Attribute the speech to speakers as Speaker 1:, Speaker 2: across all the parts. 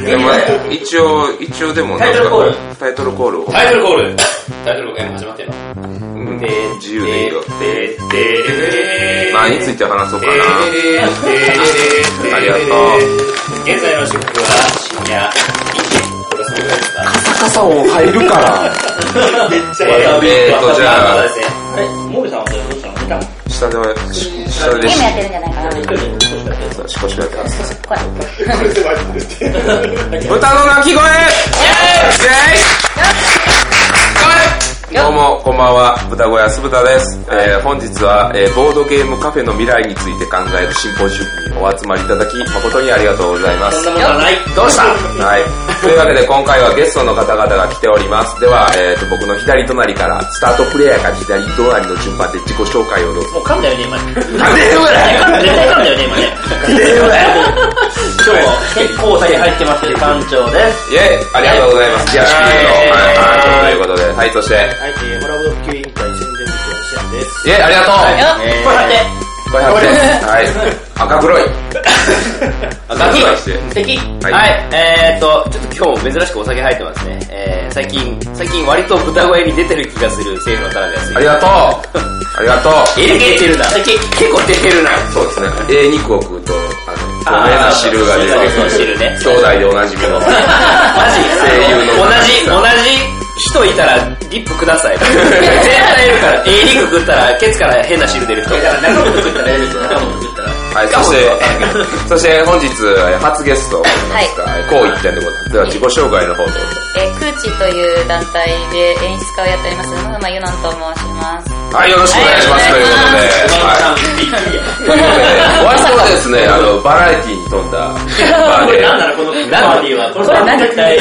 Speaker 1: でまあ、一応、一応でも
Speaker 2: タイトルコール
Speaker 1: タイトルコールを。
Speaker 2: タイトルコールタイトルコールが今始まってる
Speaker 1: うん
Speaker 2: で
Speaker 1: 自由でいいよ。
Speaker 2: ででで
Speaker 1: 何について話そうかな。
Speaker 2: あ
Speaker 1: ありがとう
Speaker 2: 現在の時刻は深夜2時これそのぐらいですか
Speaker 3: 高さを入るから。
Speaker 2: めっち
Speaker 1: えーとじゃあ
Speaker 4: え、モビさんはそれどうしたの見たの
Speaker 1: 下では、し下
Speaker 5: ゲ
Speaker 1: で
Speaker 5: ー
Speaker 1: し
Speaker 5: ムやってるんじゃないかな。
Speaker 4: 一人で少しだけ。
Speaker 1: さあ、しこしこやってます。
Speaker 5: これ。
Speaker 1: 豚の鳴き声イェーイイェーイどうも、こんばんは、豚小屋酢豚です。えー本日は、えーボードゲームカフェの未来について考えるシンポジウムにお集まりいただき、誠にありがとうございま
Speaker 4: そん
Speaker 1: す
Speaker 4: な。ものはない。
Speaker 1: どうしたはい。というわけで今回はゲストの方々が来ております。では、えー、と僕の左隣から、スタートプレイヤーが左隣の順番で自己紹介をどうぞ。
Speaker 4: もう噛んだよね、今ね。
Speaker 1: なんでよ
Speaker 4: 絶対噛んだよね、今ね。今日、結構お酒入ってますけど、館長です。
Speaker 1: イェイありがとうございます。ディアシュピールの、は、
Speaker 4: はい
Speaker 1: はい、ということで、はい、そして、
Speaker 4: はい、えー、コラボドッキュ委員会宣伝部長、シアンです。
Speaker 1: イェイありがとう、
Speaker 4: えー、これ
Speaker 1: これです。はい。赤黒い。赤黒いして。
Speaker 4: 素敵
Speaker 1: はい
Speaker 4: はい、えーっと、ちょっと今日珍しくお酒入ってますね。えー、最近、最近割と豚声に出てる気がする政府の田辺です
Speaker 1: あ。りがとう。ありがとう。
Speaker 4: え出てるな。結構出てるな。
Speaker 1: そうですね。A 肉を食うと、あの、透明な汁が出て
Speaker 4: そうそう 汁ね
Speaker 1: くる。兄弟でおなじみの。
Speaker 4: マジ
Speaker 1: 声優の
Speaker 4: 同じ、同じ人いたらリップくだ さい。絶対いるから。えー、リップ食ったら、ケツから変な汁出る人。だから中本食ったらやる人、中本食ったら。
Speaker 1: はい、そして、 そして本日、えー初ゲスト、ですかこう一点でございます。では、自己紹介の方どうぞ。
Speaker 5: えー、クーチという団体で演出家をやっております、野沼ゆのんと申します。
Speaker 1: はい、よろしくお願いします。と
Speaker 5: はいいう
Speaker 1: ことで、
Speaker 4: あ
Speaker 1: はい。 ということで、割とですね、あの、バラエティに富んだ、まあね、
Speaker 4: なんだ ろ、このパーティーは。これは絶対、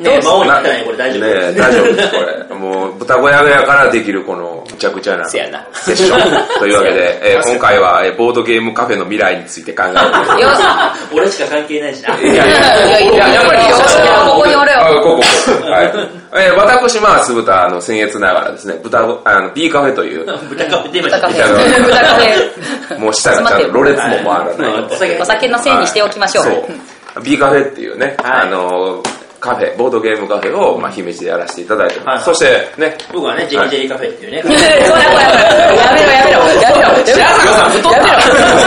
Speaker 4: ね、魔王にったね、これ大丈夫。
Speaker 1: ね大丈夫です、これ。もう、豚小屋やからできるこの、むちゃくちゃなセ
Speaker 4: せやな。
Speaker 1: ッション。というわけ で、えー今回は、えーボードゲームカフェの未来について考えて
Speaker 5: よし
Speaker 4: 俺しか関係ないしな。
Speaker 1: いやいやいや、いややっぱり、
Speaker 5: よしここにおれよ
Speaker 1: あここ、ここ。はい。えー私、まあ、酢豚、あの、僭越ながらですね、豚ご、あの、B カフェという、
Speaker 4: 豚カフェ出ました
Speaker 5: 豚カフ
Speaker 4: ね。
Speaker 5: ェ。豚 カフ
Speaker 1: もう下がちゃんとろれつも回らない。
Speaker 4: お酒
Speaker 5: ェ。お酒のせいにしておきましょう。
Speaker 1: そう。B カフェっていうね、
Speaker 4: はい
Speaker 1: あの、カフェ、ボードゲームカフェを、まあ、姫路でやらせていただいて
Speaker 4: はい
Speaker 1: ま
Speaker 4: はい
Speaker 1: す。そして、ね、
Speaker 4: 僕はね、ジェリージェリーカフェっていうね。
Speaker 5: こらこらこらやめろ やめろやめろやめろ知らなかったやめろ知らなかった眼鏡か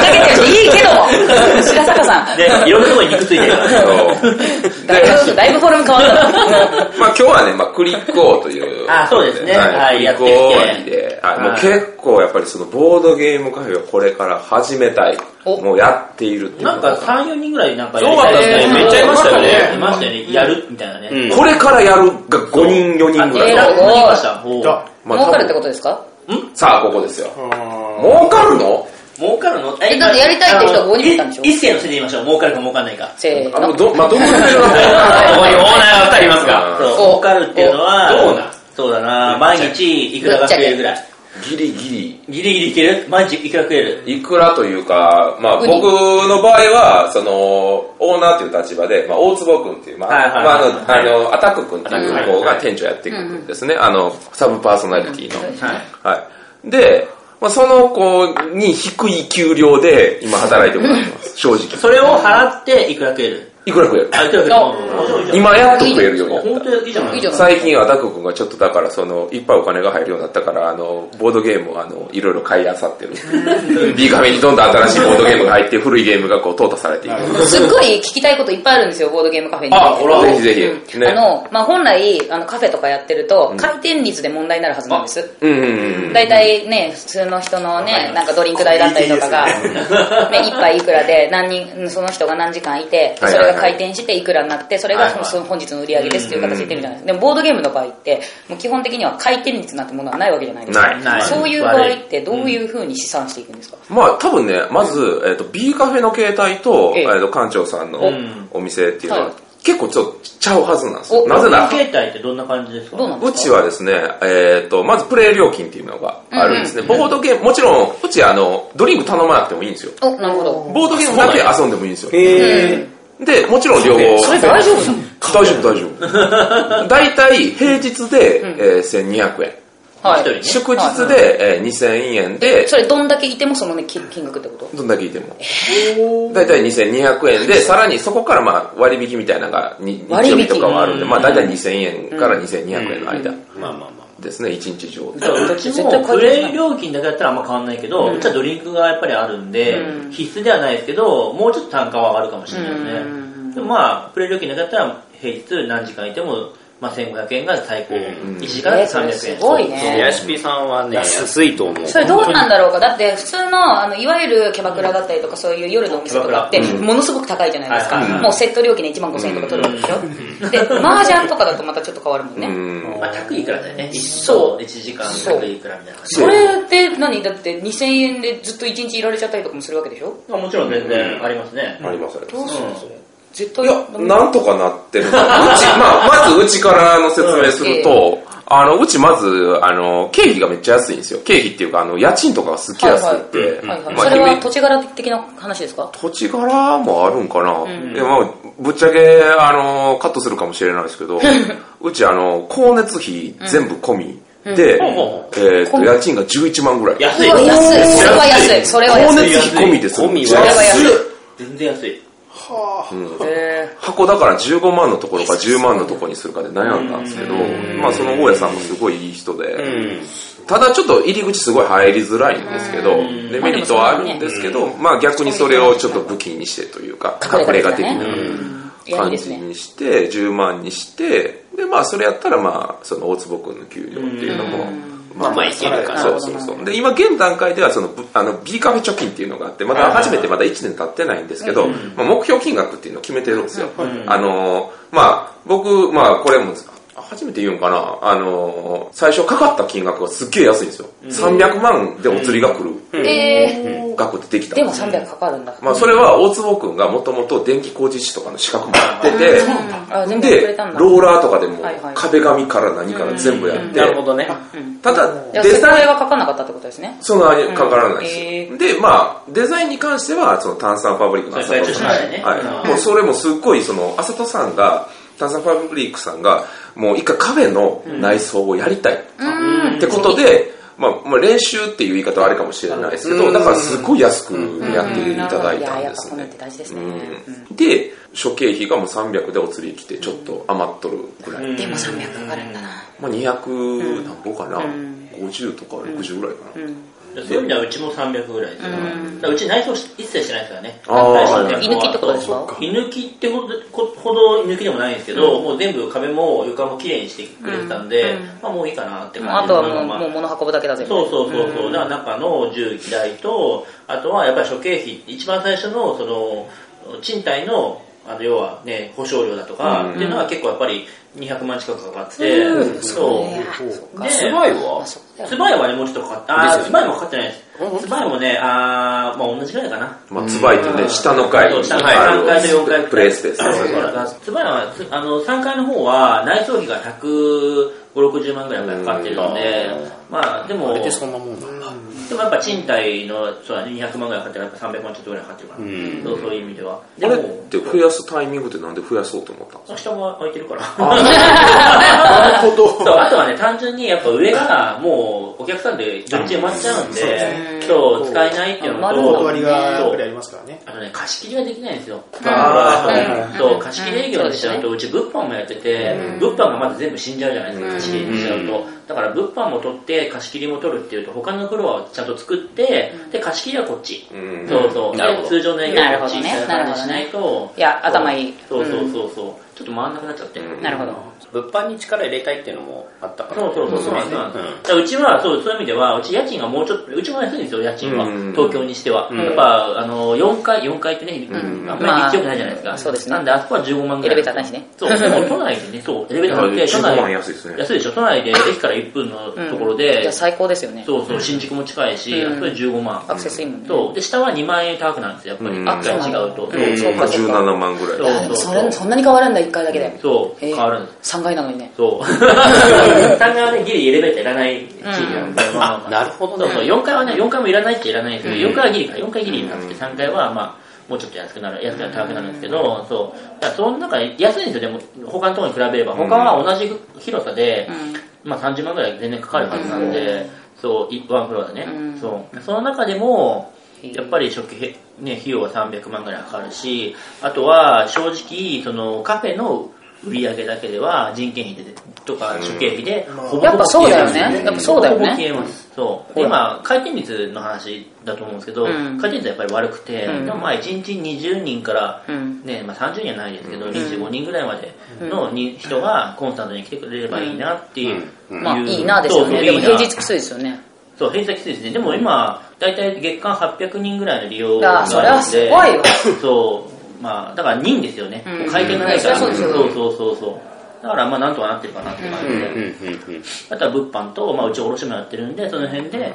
Speaker 5: けてるしいいけども白坂さん
Speaker 4: で、いろんなところに肉ついてるから
Speaker 1: あ
Speaker 4: ね。
Speaker 1: の
Speaker 5: だいぶだいぶフォルム変 わったな
Speaker 1: まあ今日はね、まあ、クリック王という。
Speaker 4: あそうですねはい
Speaker 1: クリック王
Speaker 4: やって
Speaker 1: 終わ
Speaker 4: き
Speaker 1: り
Speaker 4: て
Speaker 1: で。はい、もう
Speaker 4: はい
Speaker 1: 結構やっぱりそのボードゲームカフェをこれから始めたい。
Speaker 5: お
Speaker 1: もうやっているっていう。
Speaker 4: なんか3、4人ぐらいなんか
Speaker 2: そうだった
Speaker 4: やり
Speaker 2: ね。
Speaker 4: た
Speaker 2: めっちゃいましたよ
Speaker 4: い
Speaker 2: ね。
Speaker 4: ましたよね。やるみたいなね。
Speaker 2: うん
Speaker 1: これからやるが5人、4人ぐ
Speaker 4: あ
Speaker 1: らい
Speaker 5: 偉
Speaker 1: の。
Speaker 5: い
Speaker 4: 何言いましたおう
Speaker 1: まあ
Speaker 5: 儲かるってことですか
Speaker 1: さあ、ここですよ。儲かるの
Speaker 4: 儲かるの
Speaker 5: えだってやりたいって人が五人いたんでしょ
Speaker 4: あのい一斉のせいで言いましょう。儲かるか儲かんない か。
Speaker 5: せー
Speaker 1: あの、
Speaker 5: の
Speaker 1: ど、まあ、どのぐらいの儲かる
Speaker 2: ここにオーナーが2人いますが。
Speaker 4: そう
Speaker 5: お
Speaker 4: 儲かるっていうのは、
Speaker 2: おどうなん
Speaker 4: そうだな毎日いくらが食えるぐらい。
Speaker 1: ギリギ
Speaker 4: ギリギリいける毎日いくら食える
Speaker 1: リ。いくらというか、まあ、
Speaker 5: ウ
Speaker 1: 僕
Speaker 5: ニ
Speaker 1: の場合は、その、オーナーという立場で、まあ、大坪くんっていう、まあ、
Speaker 4: はいはいはい
Speaker 1: まあ、あの、あの、アタックくんっていう子が店長やっていくんですね。あの、サブパーソナリティの。
Speaker 4: はい。
Speaker 1: はい。で、まあ、その子に低い給料で今働いてもらってます。正直。
Speaker 4: それを払っていくら食える
Speaker 1: いくらくれる
Speaker 4: あ、いくら食える
Speaker 5: あ
Speaker 4: 面白いじゃん。
Speaker 1: 今やっと食えるようになった。
Speaker 4: 本当にいいじゃない
Speaker 5: いいじゃん
Speaker 1: 最近はダク君がちょっとだからそのいっぱいお金が入るようになったからあのボードゲームをあのいろいろ買い漁ってる B カメにどんどん新しいボードゲームが入って古いゲームがこう淘汰されていく
Speaker 5: すっごい聞きたいこといっぱいあるんですよ、ボードゲームカフェに。
Speaker 1: あほらぜひぜひ
Speaker 5: うん
Speaker 1: ね
Speaker 5: あの、まあ、本来、あの、カフェとかやってると、回転率で問題になるはずなんです。
Speaker 1: うんうんうん
Speaker 5: 大体ね、普通の人のね、なんかドリンク代だったりとかが、ね、一杯いくらで、何人、その人が何時間いて、そ
Speaker 1: はいはいはい
Speaker 5: れが回転していくらになって、それ
Speaker 4: はいは
Speaker 5: が
Speaker 4: い
Speaker 5: その本日の売り上げですっていう形で出るじゃないですか。でもボードゲームの場合って、もう基本的には回転率なんてものはないわけじゃないですか。
Speaker 1: ない
Speaker 4: ない
Speaker 5: そういう場合ってどういうふうに試算していくんですか、
Speaker 1: まあ多分ねまず、えっと B カフェの携帯と,、
Speaker 5: え
Speaker 1: え
Speaker 5: え
Speaker 1: っと館長さんのお店っていうの
Speaker 5: は
Speaker 1: はい結構ちょっとちゃうはずなんです
Speaker 5: お
Speaker 1: なぜなら
Speaker 4: 携帯ってどんな感じですか
Speaker 5: どうなんで
Speaker 1: う
Speaker 5: すか
Speaker 1: ちはですね、えっ、と、まずプレイ料金っていうのがあるんですね。ボードゲーム、もちろん、うちあの、ドリンク頼まなくてもいいんですよ。
Speaker 5: お、なるほど。
Speaker 1: ボードゲームだけ遊んでもいいんですよ。
Speaker 2: へ
Speaker 1: で、もちろん両方。
Speaker 5: それ大丈夫なの
Speaker 1: 大丈夫、大丈夫。大体、平日で、えー1200円。
Speaker 5: はい
Speaker 6: 一人ね
Speaker 1: 祝日で、えー2000円で
Speaker 5: それどんだけいてもそのね金金額ってこと
Speaker 1: どんだけいても大体2200円でさらにそこからまあ割引みたいなのがに日
Speaker 5: 割
Speaker 1: 曜
Speaker 5: 引
Speaker 1: 日とかはあるんで、まあ、大体2000円から2200円の間
Speaker 6: まあまあまあ。
Speaker 1: ですね1日上で
Speaker 4: だからうちもプレイ料金だけだったらあんま変わんないけど、うちはドリンクがやっぱりあるんで、
Speaker 5: うん
Speaker 4: 必須ではないですけど、もうちょっと単価は上がるかもしれないですね。
Speaker 5: うん
Speaker 4: でもまあ、プレイ料金だけだったら平日何時間いても、まあ、1500円が最高。
Speaker 6: うん
Speaker 4: 1時間だと300円。
Speaker 5: えーそれすごいね
Speaker 6: ヤシピさんはね、安いと思う。
Speaker 5: それどうなんだろうかだって普通のあのいわゆるキャバクラだったりとかそういう夜のお店とかってものすごく高いじゃないです
Speaker 4: はいはい
Speaker 5: か
Speaker 4: はい
Speaker 5: もうセット料金で1万5000円とか取るわけでしょで麻雀とかだとまたちょっと変わるもんね
Speaker 1: うん
Speaker 4: まあ、宅いくらだよね。一
Speaker 5: そう
Speaker 4: 生1時間
Speaker 5: そう
Speaker 4: 宅いくらみたいな感じ。
Speaker 5: それで何だって2000円でずっと1日いられちゃったりとかもするわけでしょ
Speaker 4: まあ、もちろん全然ありますね。
Speaker 1: ありますあります
Speaker 5: どうするの
Speaker 4: うん
Speaker 5: 絶
Speaker 1: い
Speaker 5: 対
Speaker 1: や、なんとかなって る。うち、まあ、まずうちからの説明すると、あの、うちまず、あの、経費がめっちゃ安いんですよ。経費っていうか、あの、家賃とかがすっげえ安くって。
Speaker 5: はいはい
Speaker 1: まあ
Speaker 5: それは
Speaker 1: 姫
Speaker 5: 土地柄的な話ですか
Speaker 1: 土地柄もあるんかな。
Speaker 5: ん
Speaker 1: でも、まあぶっちゃけ、あの、カットするかもしれないですけ ど、うち、あの、光熱費全部込みで、
Speaker 4: んほ
Speaker 1: えーっと、家賃が11万ぐらい。
Speaker 4: 安
Speaker 5: う
Speaker 4: い。
Speaker 5: わ安いそれは安いそれは
Speaker 1: 光
Speaker 5: 安い
Speaker 1: 熱費込みですよ。
Speaker 6: 込み
Speaker 5: それは安い
Speaker 4: 全然安い。
Speaker 5: へ
Speaker 1: 箱だから15万のところか10万のところにするかで悩んだんですけど、まあその大家さんもすごいいい人で、
Speaker 6: うん。
Speaker 1: ただちょっと入り口すごい入りづらいんですけど、デメリットはあるんですけど、まあ逆にそれをちょっと武器にしてというか、隠
Speaker 5: 隠
Speaker 1: れ
Speaker 5: れ
Speaker 1: 家
Speaker 5: 家
Speaker 1: 的
Speaker 5: 的な
Speaker 1: な
Speaker 5: ねえいやいい
Speaker 1: 感
Speaker 5: です
Speaker 1: じ
Speaker 5: ね
Speaker 1: にして、10万にして、でまあそれやったらまあその大坪君の給料っていうのも、ま
Speaker 6: まあいけるかな
Speaker 1: そうそうそう。で、今現段階ではその、ぶあの、B カフェ貯金っていうのがあって、まだ初めてまだ1年経ってないんですけど、まあ目標金額っていうのを決めてるんですよ。あのー、まあ、僕、まあ、これも、あ初めて言うんかな、あのー、最初かかった金額がすっげえ安いんですよ。300万でお釣りが来る
Speaker 5: ええ
Speaker 1: 額ってできた
Speaker 5: ー
Speaker 1: んで
Speaker 5: ですも300かかるんだ
Speaker 1: まあ、それは大坪くんがもともと電気工事士とかの資格も持ってて、
Speaker 5: あ全部くれ
Speaker 1: で
Speaker 5: たん、だ
Speaker 1: ローラーとかでも
Speaker 5: はいはい
Speaker 1: 壁紙から何から全部やって、
Speaker 6: なるほどね。
Speaker 1: ただ、
Speaker 5: じゃあ
Speaker 1: デ
Speaker 5: そこ
Speaker 1: ザイン
Speaker 5: はかかんなかったってことですね
Speaker 1: そんなにかからないです、
Speaker 5: う
Speaker 1: でまあデザインに関してはその炭酸ファブリックの
Speaker 4: それ
Speaker 1: 浅
Speaker 4: 最
Speaker 1: 戸
Speaker 4: 初
Speaker 1: さん、
Speaker 4: 知らないね
Speaker 1: は
Speaker 4: う
Speaker 1: い、
Speaker 4: ん
Speaker 1: もうそれもすっごいその浅戸さんが炭酸ファブリックさんがもう一回カフェの内装をやりたいってことで、まあ、まあ練習っていう言い方はあれかもしれないですけど、だからすっごい安くやっていただいたん
Speaker 5: やや
Speaker 1: で
Speaker 5: っぱ
Speaker 1: す
Speaker 5: こ
Speaker 1: ね
Speaker 5: のって大事ですね、
Speaker 1: うんで諸経費がもう300でお釣り来てちょっと余っとるぐらい、
Speaker 5: でも300かかるんだな
Speaker 1: まあ、200何個かな、50とか60ぐらいかな、
Speaker 4: そういう意味ではうちも300ぐらいですねだからうち内装一切してないですからね。
Speaker 1: あー
Speaker 4: 内装ね
Speaker 5: 居抜きってことですか
Speaker 4: そうそう居抜きってほどこほど居抜きでもないんですけど、もう全部壁も床も綺麗にしてくれてたんで、まあもういいかなって
Speaker 5: もう
Speaker 4: 感
Speaker 5: あ
Speaker 4: じ
Speaker 5: と
Speaker 4: でまあ
Speaker 5: は
Speaker 4: ま
Speaker 5: も
Speaker 4: あ
Speaker 5: うもう物運ぶだけだぜ
Speaker 4: そうそうそうそう、だから中の重機代と、あとはやっぱり諸経費、一番最初のその賃貸のあの要はね、保証料だとか、っていうのは結構やっぱり200万近くかかってて、そう。
Speaker 5: う
Speaker 4: で
Speaker 6: うまい
Speaker 5: ま
Speaker 6: わ
Speaker 5: あ。そこだよ
Speaker 4: スバイはね、もうちょっとかかって、あー、スバイもかかってないです。スバイもね、あー、まあ同じぐらいかな。
Speaker 1: まあ、つばいってね、下の階
Speaker 4: そう
Speaker 1: に
Speaker 4: 下の階3階と4階
Speaker 1: プレイスペース
Speaker 4: そうそうだからつまりはつあの3階の方は内装費が15060万ぐらいかかってるのでまあでも
Speaker 6: で、そんなもんなんだ。
Speaker 4: でもやっぱ賃貸のそうだね200万ぐらいかかってるから300万ちょっとぐらいかかってるから、そうそういう意味ではで
Speaker 1: あ
Speaker 4: も
Speaker 1: れって増やすタイミングってなんで増やそうと思ったんですか
Speaker 4: 下も空いてるからなるほどそうあとはね単純にやっぱ上がもうお客さんでどっち埋まっちゃうんで,、そう使えないっていうの
Speaker 5: あ
Speaker 4: と
Speaker 5: 丸
Speaker 2: お
Speaker 5: の
Speaker 2: 断りがやっぱりあ
Speaker 4: そう
Speaker 2: りますからね。
Speaker 4: あとね貸し切りができないんですよ
Speaker 1: あ
Speaker 2: ーはいはい
Speaker 4: そう貸し切り営業にしちゃうとうち物販もやってて物販がまず全部死んじゃうじゃないですか貸し切りにしちゃうとだから物販も取って貸し切りも取るっていうと他のフロアをちゃんと作ってで貸し切りはこっち
Speaker 1: ん
Speaker 4: そうそう
Speaker 6: なるほど
Speaker 4: 通常の営業はこっちみたいな感じにしないと
Speaker 5: いや頭いい
Speaker 4: そうそうそうそうちょっと回んなくなっちゃって
Speaker 5: なるほど
Speaker 6: 物販に力入れたいっていうのもあったから。
Speaker 4: そうそうそうそうなんです
Speaker 6: ね
Speaker 4: よ。だからうちは、そう、そういう意味では、うち家賃がもうちょっと、うちも安いんですよ、家賃は
Speaker 1: うん。
Speaker 4: 東京にしては。やっぱ、あの、4階、4階ってね、あんまり立地良くないじゃないです
Speaker 5: まあ
Speaker 4: か。
Speaker 5: そうですね
Speaker 4: なんで、あそこは15万ぐらい。
Speaker 5: エレベーターないしね
Speaker 4: そう、でも都内でね、そう、エレベーターなくて、都
Speaker 1: 15万
Speaker 4: 内、
Speaker 1: 安いですね
Speaker 4: 安いでしょ、都内で駅から1分のところ
Speaker 5: じゃ
Speaker 4: で
Speaker 5: あ、最高ですよね
Speaker 4: そうそう、新宿も近いし、
Speaker 5: うん
Speaker 4: あそこで15万。
Speaker 5: アクセスいいもんね
Speaker 4: そう、で、下は2万円高くなるんですよ、やっぱ
Speaker 1: う
Speaker 4: り。
Speaker 1: ん
Speaker 4: あ、違うと。
Speaker 5: うん
Speaker 4: そう
Speaker 1: まあ、17万ぐらい
Speaker 5: あでもそれそんなに変わるんだ1回だけで
Speaker 4: そう、変わるんです。
Speaker 5: 3回なのにね
Speaker 4: そう。3階はね、ギリエレベーターいらない地域なんですよまあまあまあ
Speaker 6: なるほど
Speaker 4: そうそう、
Speaker 6: ね。
Speaker 4: 4階はね、4階もいらないっちゃいらないんですけど、4階はギリか、4階ギリになって、3階はまあ、もうちょっと安くなる、安くなる、高くなるんですけど、そう。だからその中で安いんですよ、でも、他のところに比べれば。他は同じ広さで、まあ30万ぐらい全然かかるはずなんで、そう、いワンフロアでね、
Speaker 5: うん
Speaker 4: そう。その中でも、
Speaker 5: い
Speaker 4: やっぱり初期、ね、費用は300万ぐらいかかるし、あとは正直、そのカフェの売り上げだけでは人件費でとか初経費でほぼほぼ
Speaker 5: やっぱそうだよ
Speaker 4: 消えます
Speaker 5: ね。やっぱそうだよ
Speaker 4: ほぼ消
Speaker 5: ね。
Speaker 4: えます。そう。で、今、回転率の話だと思うんですけど、
Speaker 5: うん
Speaker 4: 回転率はやっぱり悪くて、
Speaker 5: うん
Speaker 4: でもまあ1日20人から、
Speaker 5: うん。
Speaker 4: ねまあ、30人はないですけど、25人ぐらいまでのに人がコンスタントに来てくれればいいなっていう。
Speaker 5: まあいいなですよね。
Speaker 4: そう
Speaker 5: でも
Speaker 4: いいな
Speaker 5: 平日きついですよね。
Speaker 4: そう、平日はきついですね。でも今、大体月間800人ぐらいの利用
Speaker 5: あ
Speaker 4: が
Speaker 5: あ、
Speaker 4: あ
Speaker 5: それはすごいよ。
Speaker 4: そう、まあ、だから人ですよね。
Speaker 5: うん
Speaker 4: 回転がないか
Speaker 5: う
Speaker 4: ら。
Speaker 5: んそりゃそうです
Speaker 4: そ
Speaker 5: よ
Speaker 4: うそうそうそう。だから、まあ、なんとかなってるかなって感じで。あとは物販と、まあ、うち卸もやってるんで、その辺で、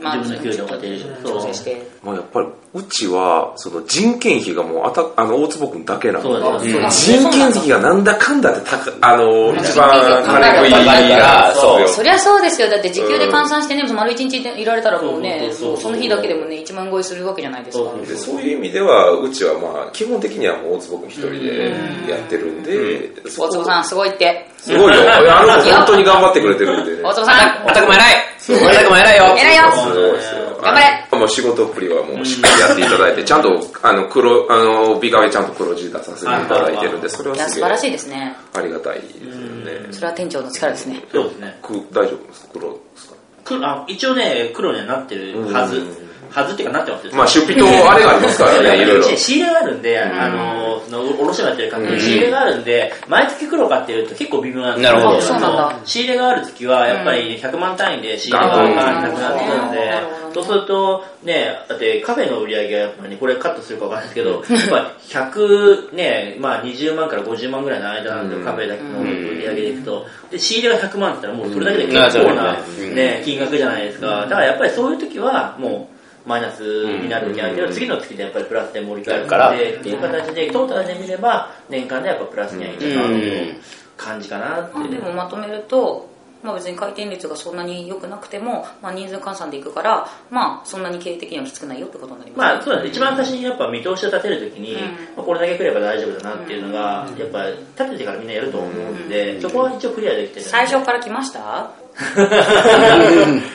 Speaker 5: まあ
Speaker 4: 自分の給料が出る。
Speaker 5: 調
Speaker 4: そう
Speaker 5: 整して。
Speaker 1: まあ、やっぱり、うちは、その人件費がもうあた、あの、大坪君だけな
Speaker 4: そう
Speaker 1: の。
Speaker 4: だ
Speaker 5: そう
Speaker 4: ね。
Speaker 5: だ
Speaker 1: 人件費がなんだかんだって高、あの、一
Speaker 5: 人件
Speaker 1: 番
Speaker 5: 費が
Speaker 1: 金食いな、
Speaker 6: そう
Speaker 1: そう
Speaker 5: そりゃそうですよ。だって時給で換算してね、丸一日でいられたらもうね、
Speaker 4: そそ
Speaker 5: そう
Speaker 4: うそうそう
Speaker 5: うその日だけでもね、1万超えするわけじゃないですか。
Speaker 4: そう
Speaker 1: でそういう意味では、うちはまあ、基本的にはもう大坪君一人でやってるんで、そこ
Speaker 5: 大坪さん、すごいって。
Speaker 1: すごいよ。あの子本当に頑張ってくれてる んでね。
Speaker 5: 大坪さん、
Speaker 6: おたくも偉いおたくも偉いよ
Speaker 5: 偉いよ
Speaker 1: すごいですよ。
Speaker 5: 頑張れ
Speaker 1: れもう仕事っぷりはもうしっかりやっていただいて、ちゃんと、あの、黒、あの、ビカメちゃんと黒字出させていただいてるんで、それはい
Speaker 5: や
Speaker 1: す
Speaker 5: 素晴
Speaker 1: げえ
Speaker 5: らしいですね。
Speaker 1: ありがたいですよね。
Speaker 5: それは店長の力ですね。
Speaker 4: そうですね。
Speaker 1: く大丈夫ですか黒ですか
Speaker 4: くあ一応ね、黒にはなってるはず
Speaker 1: うん。
Speaker 4: はずっていうかなってますよ
Speaker 1: まあ、出費とあれがありますからね、いろいろ
Speaker 4: う。ち仕入れがあるんで、あの、その、おろしもやってる方に仕入れがあるんで、毎月黒買ってると結構微妙なんです
Speaker 6: なるほど
Speaker 4: あの
Speaker 5: そうなんだ
Speaker 4: 仕入れがある月は、やっぱり100万単位で仕入れがなくなってくるので
Speaker 5: なるほどね、
Speaker 4: そうすると、ね、だってカフェの売り上げがやっぱりね、これカットするかわかんないですけど、やっぱ100、ね、まあ20万から50万ぐらいの間なんで、カフェだけの売り上げでいくと、で、仕入れが100万って言ったらもうそれだけで結構な
Speaker 6: う、ん
Speaker 4: ね、金額じゃないですか。だからやっぱりそういう時は、もう、マイナスになる時あるけど、次の月でやっぱりプラスで盛り返るからっていう形で、トータルで見れば、年間でやっぱプラスにはいいかなっていう感じかなって。
Speaker 5: でもまとめると、まあ、別に回転率がそんなに良くなくても、まあ、人数換算でいくから、まあ、そんなに経営的にはきつくないよってことになります、
Speaker 4: まあそうですね、一番最初にやっぱ見通しを立てるときに、
Speaker 5: うん
Speaker 4: まあ、これだけ来れば大丈夫だなっていうのが、やっぱ立ててからみんなやると思うんで、そこは一応クリアできてる
Speaker 5: 最初から来ました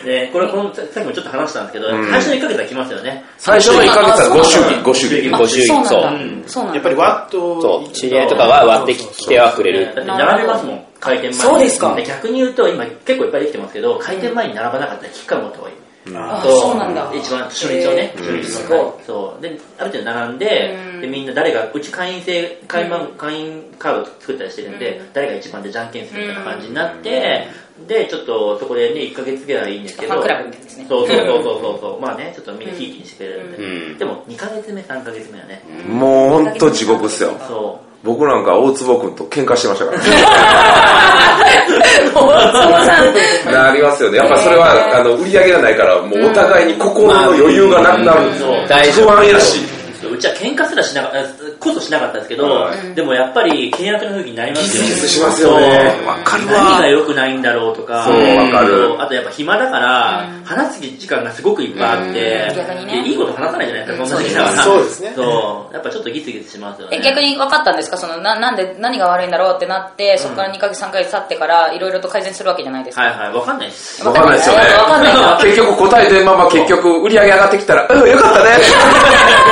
Speaker 4: で、これこのささっきもちょっと話したんですけど、最初の1ヶ月は来ますよね。
Speaker 1: 最初の1ヶ月はご
Speaker 5: そ
Speaker 1: 祝
Speaker 5: うなん
Speaker 1: 儀、
Speaker 5: だ
Speaker 1: ご祝儀。
Speaker 6: ご祝儀
Speaker 5: あそうなんだ。そ
Speaker 6: そう
Speaker 5: うなんだ。
Speaker 2: やっぱりワッと
Speaker 6: そう、知り合いとかは割ってきてはくれ
Speaker 4: だっ
Speaker 6: る。
Speaker 4: て並べますもん、開店前に。
Speaker 5: そうですか
Speaker 4: 逆に言うと、今結構いっぱいできてますけど、開店前に並ばなかったら危機感を持った方がいい。
Speaker 5: あそうなんだ。
Speaker 4: 一番初日をね、
Speaker 5: へ
Speaker 4: 初
Speaker 5: ー
Speaker 4: 日
Speaker 5: す
Speaker 4: の
Speaker 5: ご
Speaker 4: ねそうである程度並んで,、
Speaker 5: うん
Speaker 4: でみんな誰がうち会員制会員,、会員カード作ったりしてるんで、
Speaker 5: うん
Speaker 4: 誰が一番でじゃんけんするみたいな感じになって、でちょっとそこでね1ヶ月ぐらいはいいんですけど
Speaker 5: ファンクラブみたいですね
Speaker 4: そうそうそうそうそうそうまあねちょっとみんなひいきにしてくれるんで、
Speaker 6: うん
Speaker 4: でも2ヶ月目3ヶ月目はね、
Speaker 1: もうほんと地獄っすよ。
Speaker 4: そ
Speaker 1: 僕なんか大坪君と喧嘩してましたからね。
Speaker 5: い。そうなんだ。
Speaker 1: なりますよね。やっぱそれは、あの、売り上げがないから、もうお互いに心の余裕がなくなるんですよ
Speaker 4: うん。
Speaker 6: 大丈夫
Speaker 1: 不安やし。
Speaker 4: うちょっとうちは喧嘩すらしなかったこそしなかったんですけど、でもやっぱり契約の雰囲気になりますよね
Speaker 1: しますよね。わかる
Speaker 4: 何が
Speaker 1: わ。
Speaker 4: 良くないんだろうとか、
Speaker 1: そうわかる
Speaker 4: あとやっぱ暇だから、話す時間がすごくいっぱいあって、
Speaker 5: うん逆にね
Speaker 4: いいこと話さないじゃないですか、そんな時間は。
Speaker 2: そうですね
Speaker 4: そう。やっぱちょっとギスギスしますよね。
Speaker 5: え、逆に分かったんですかその、な、なんで、何が悪いんだろうってなって、そこから2ヶ月、3ヶ月経ってから、いろいろと改善するわけじゃないですか。
Speaker 4: はいはい、わかんないです。
Speaker 1: わかんないですよね
Speaker 5: わかんないか。
Speaker 1: 結局答えて、まあまあ結局、売り上げ上がってきたら、うん、よかったね。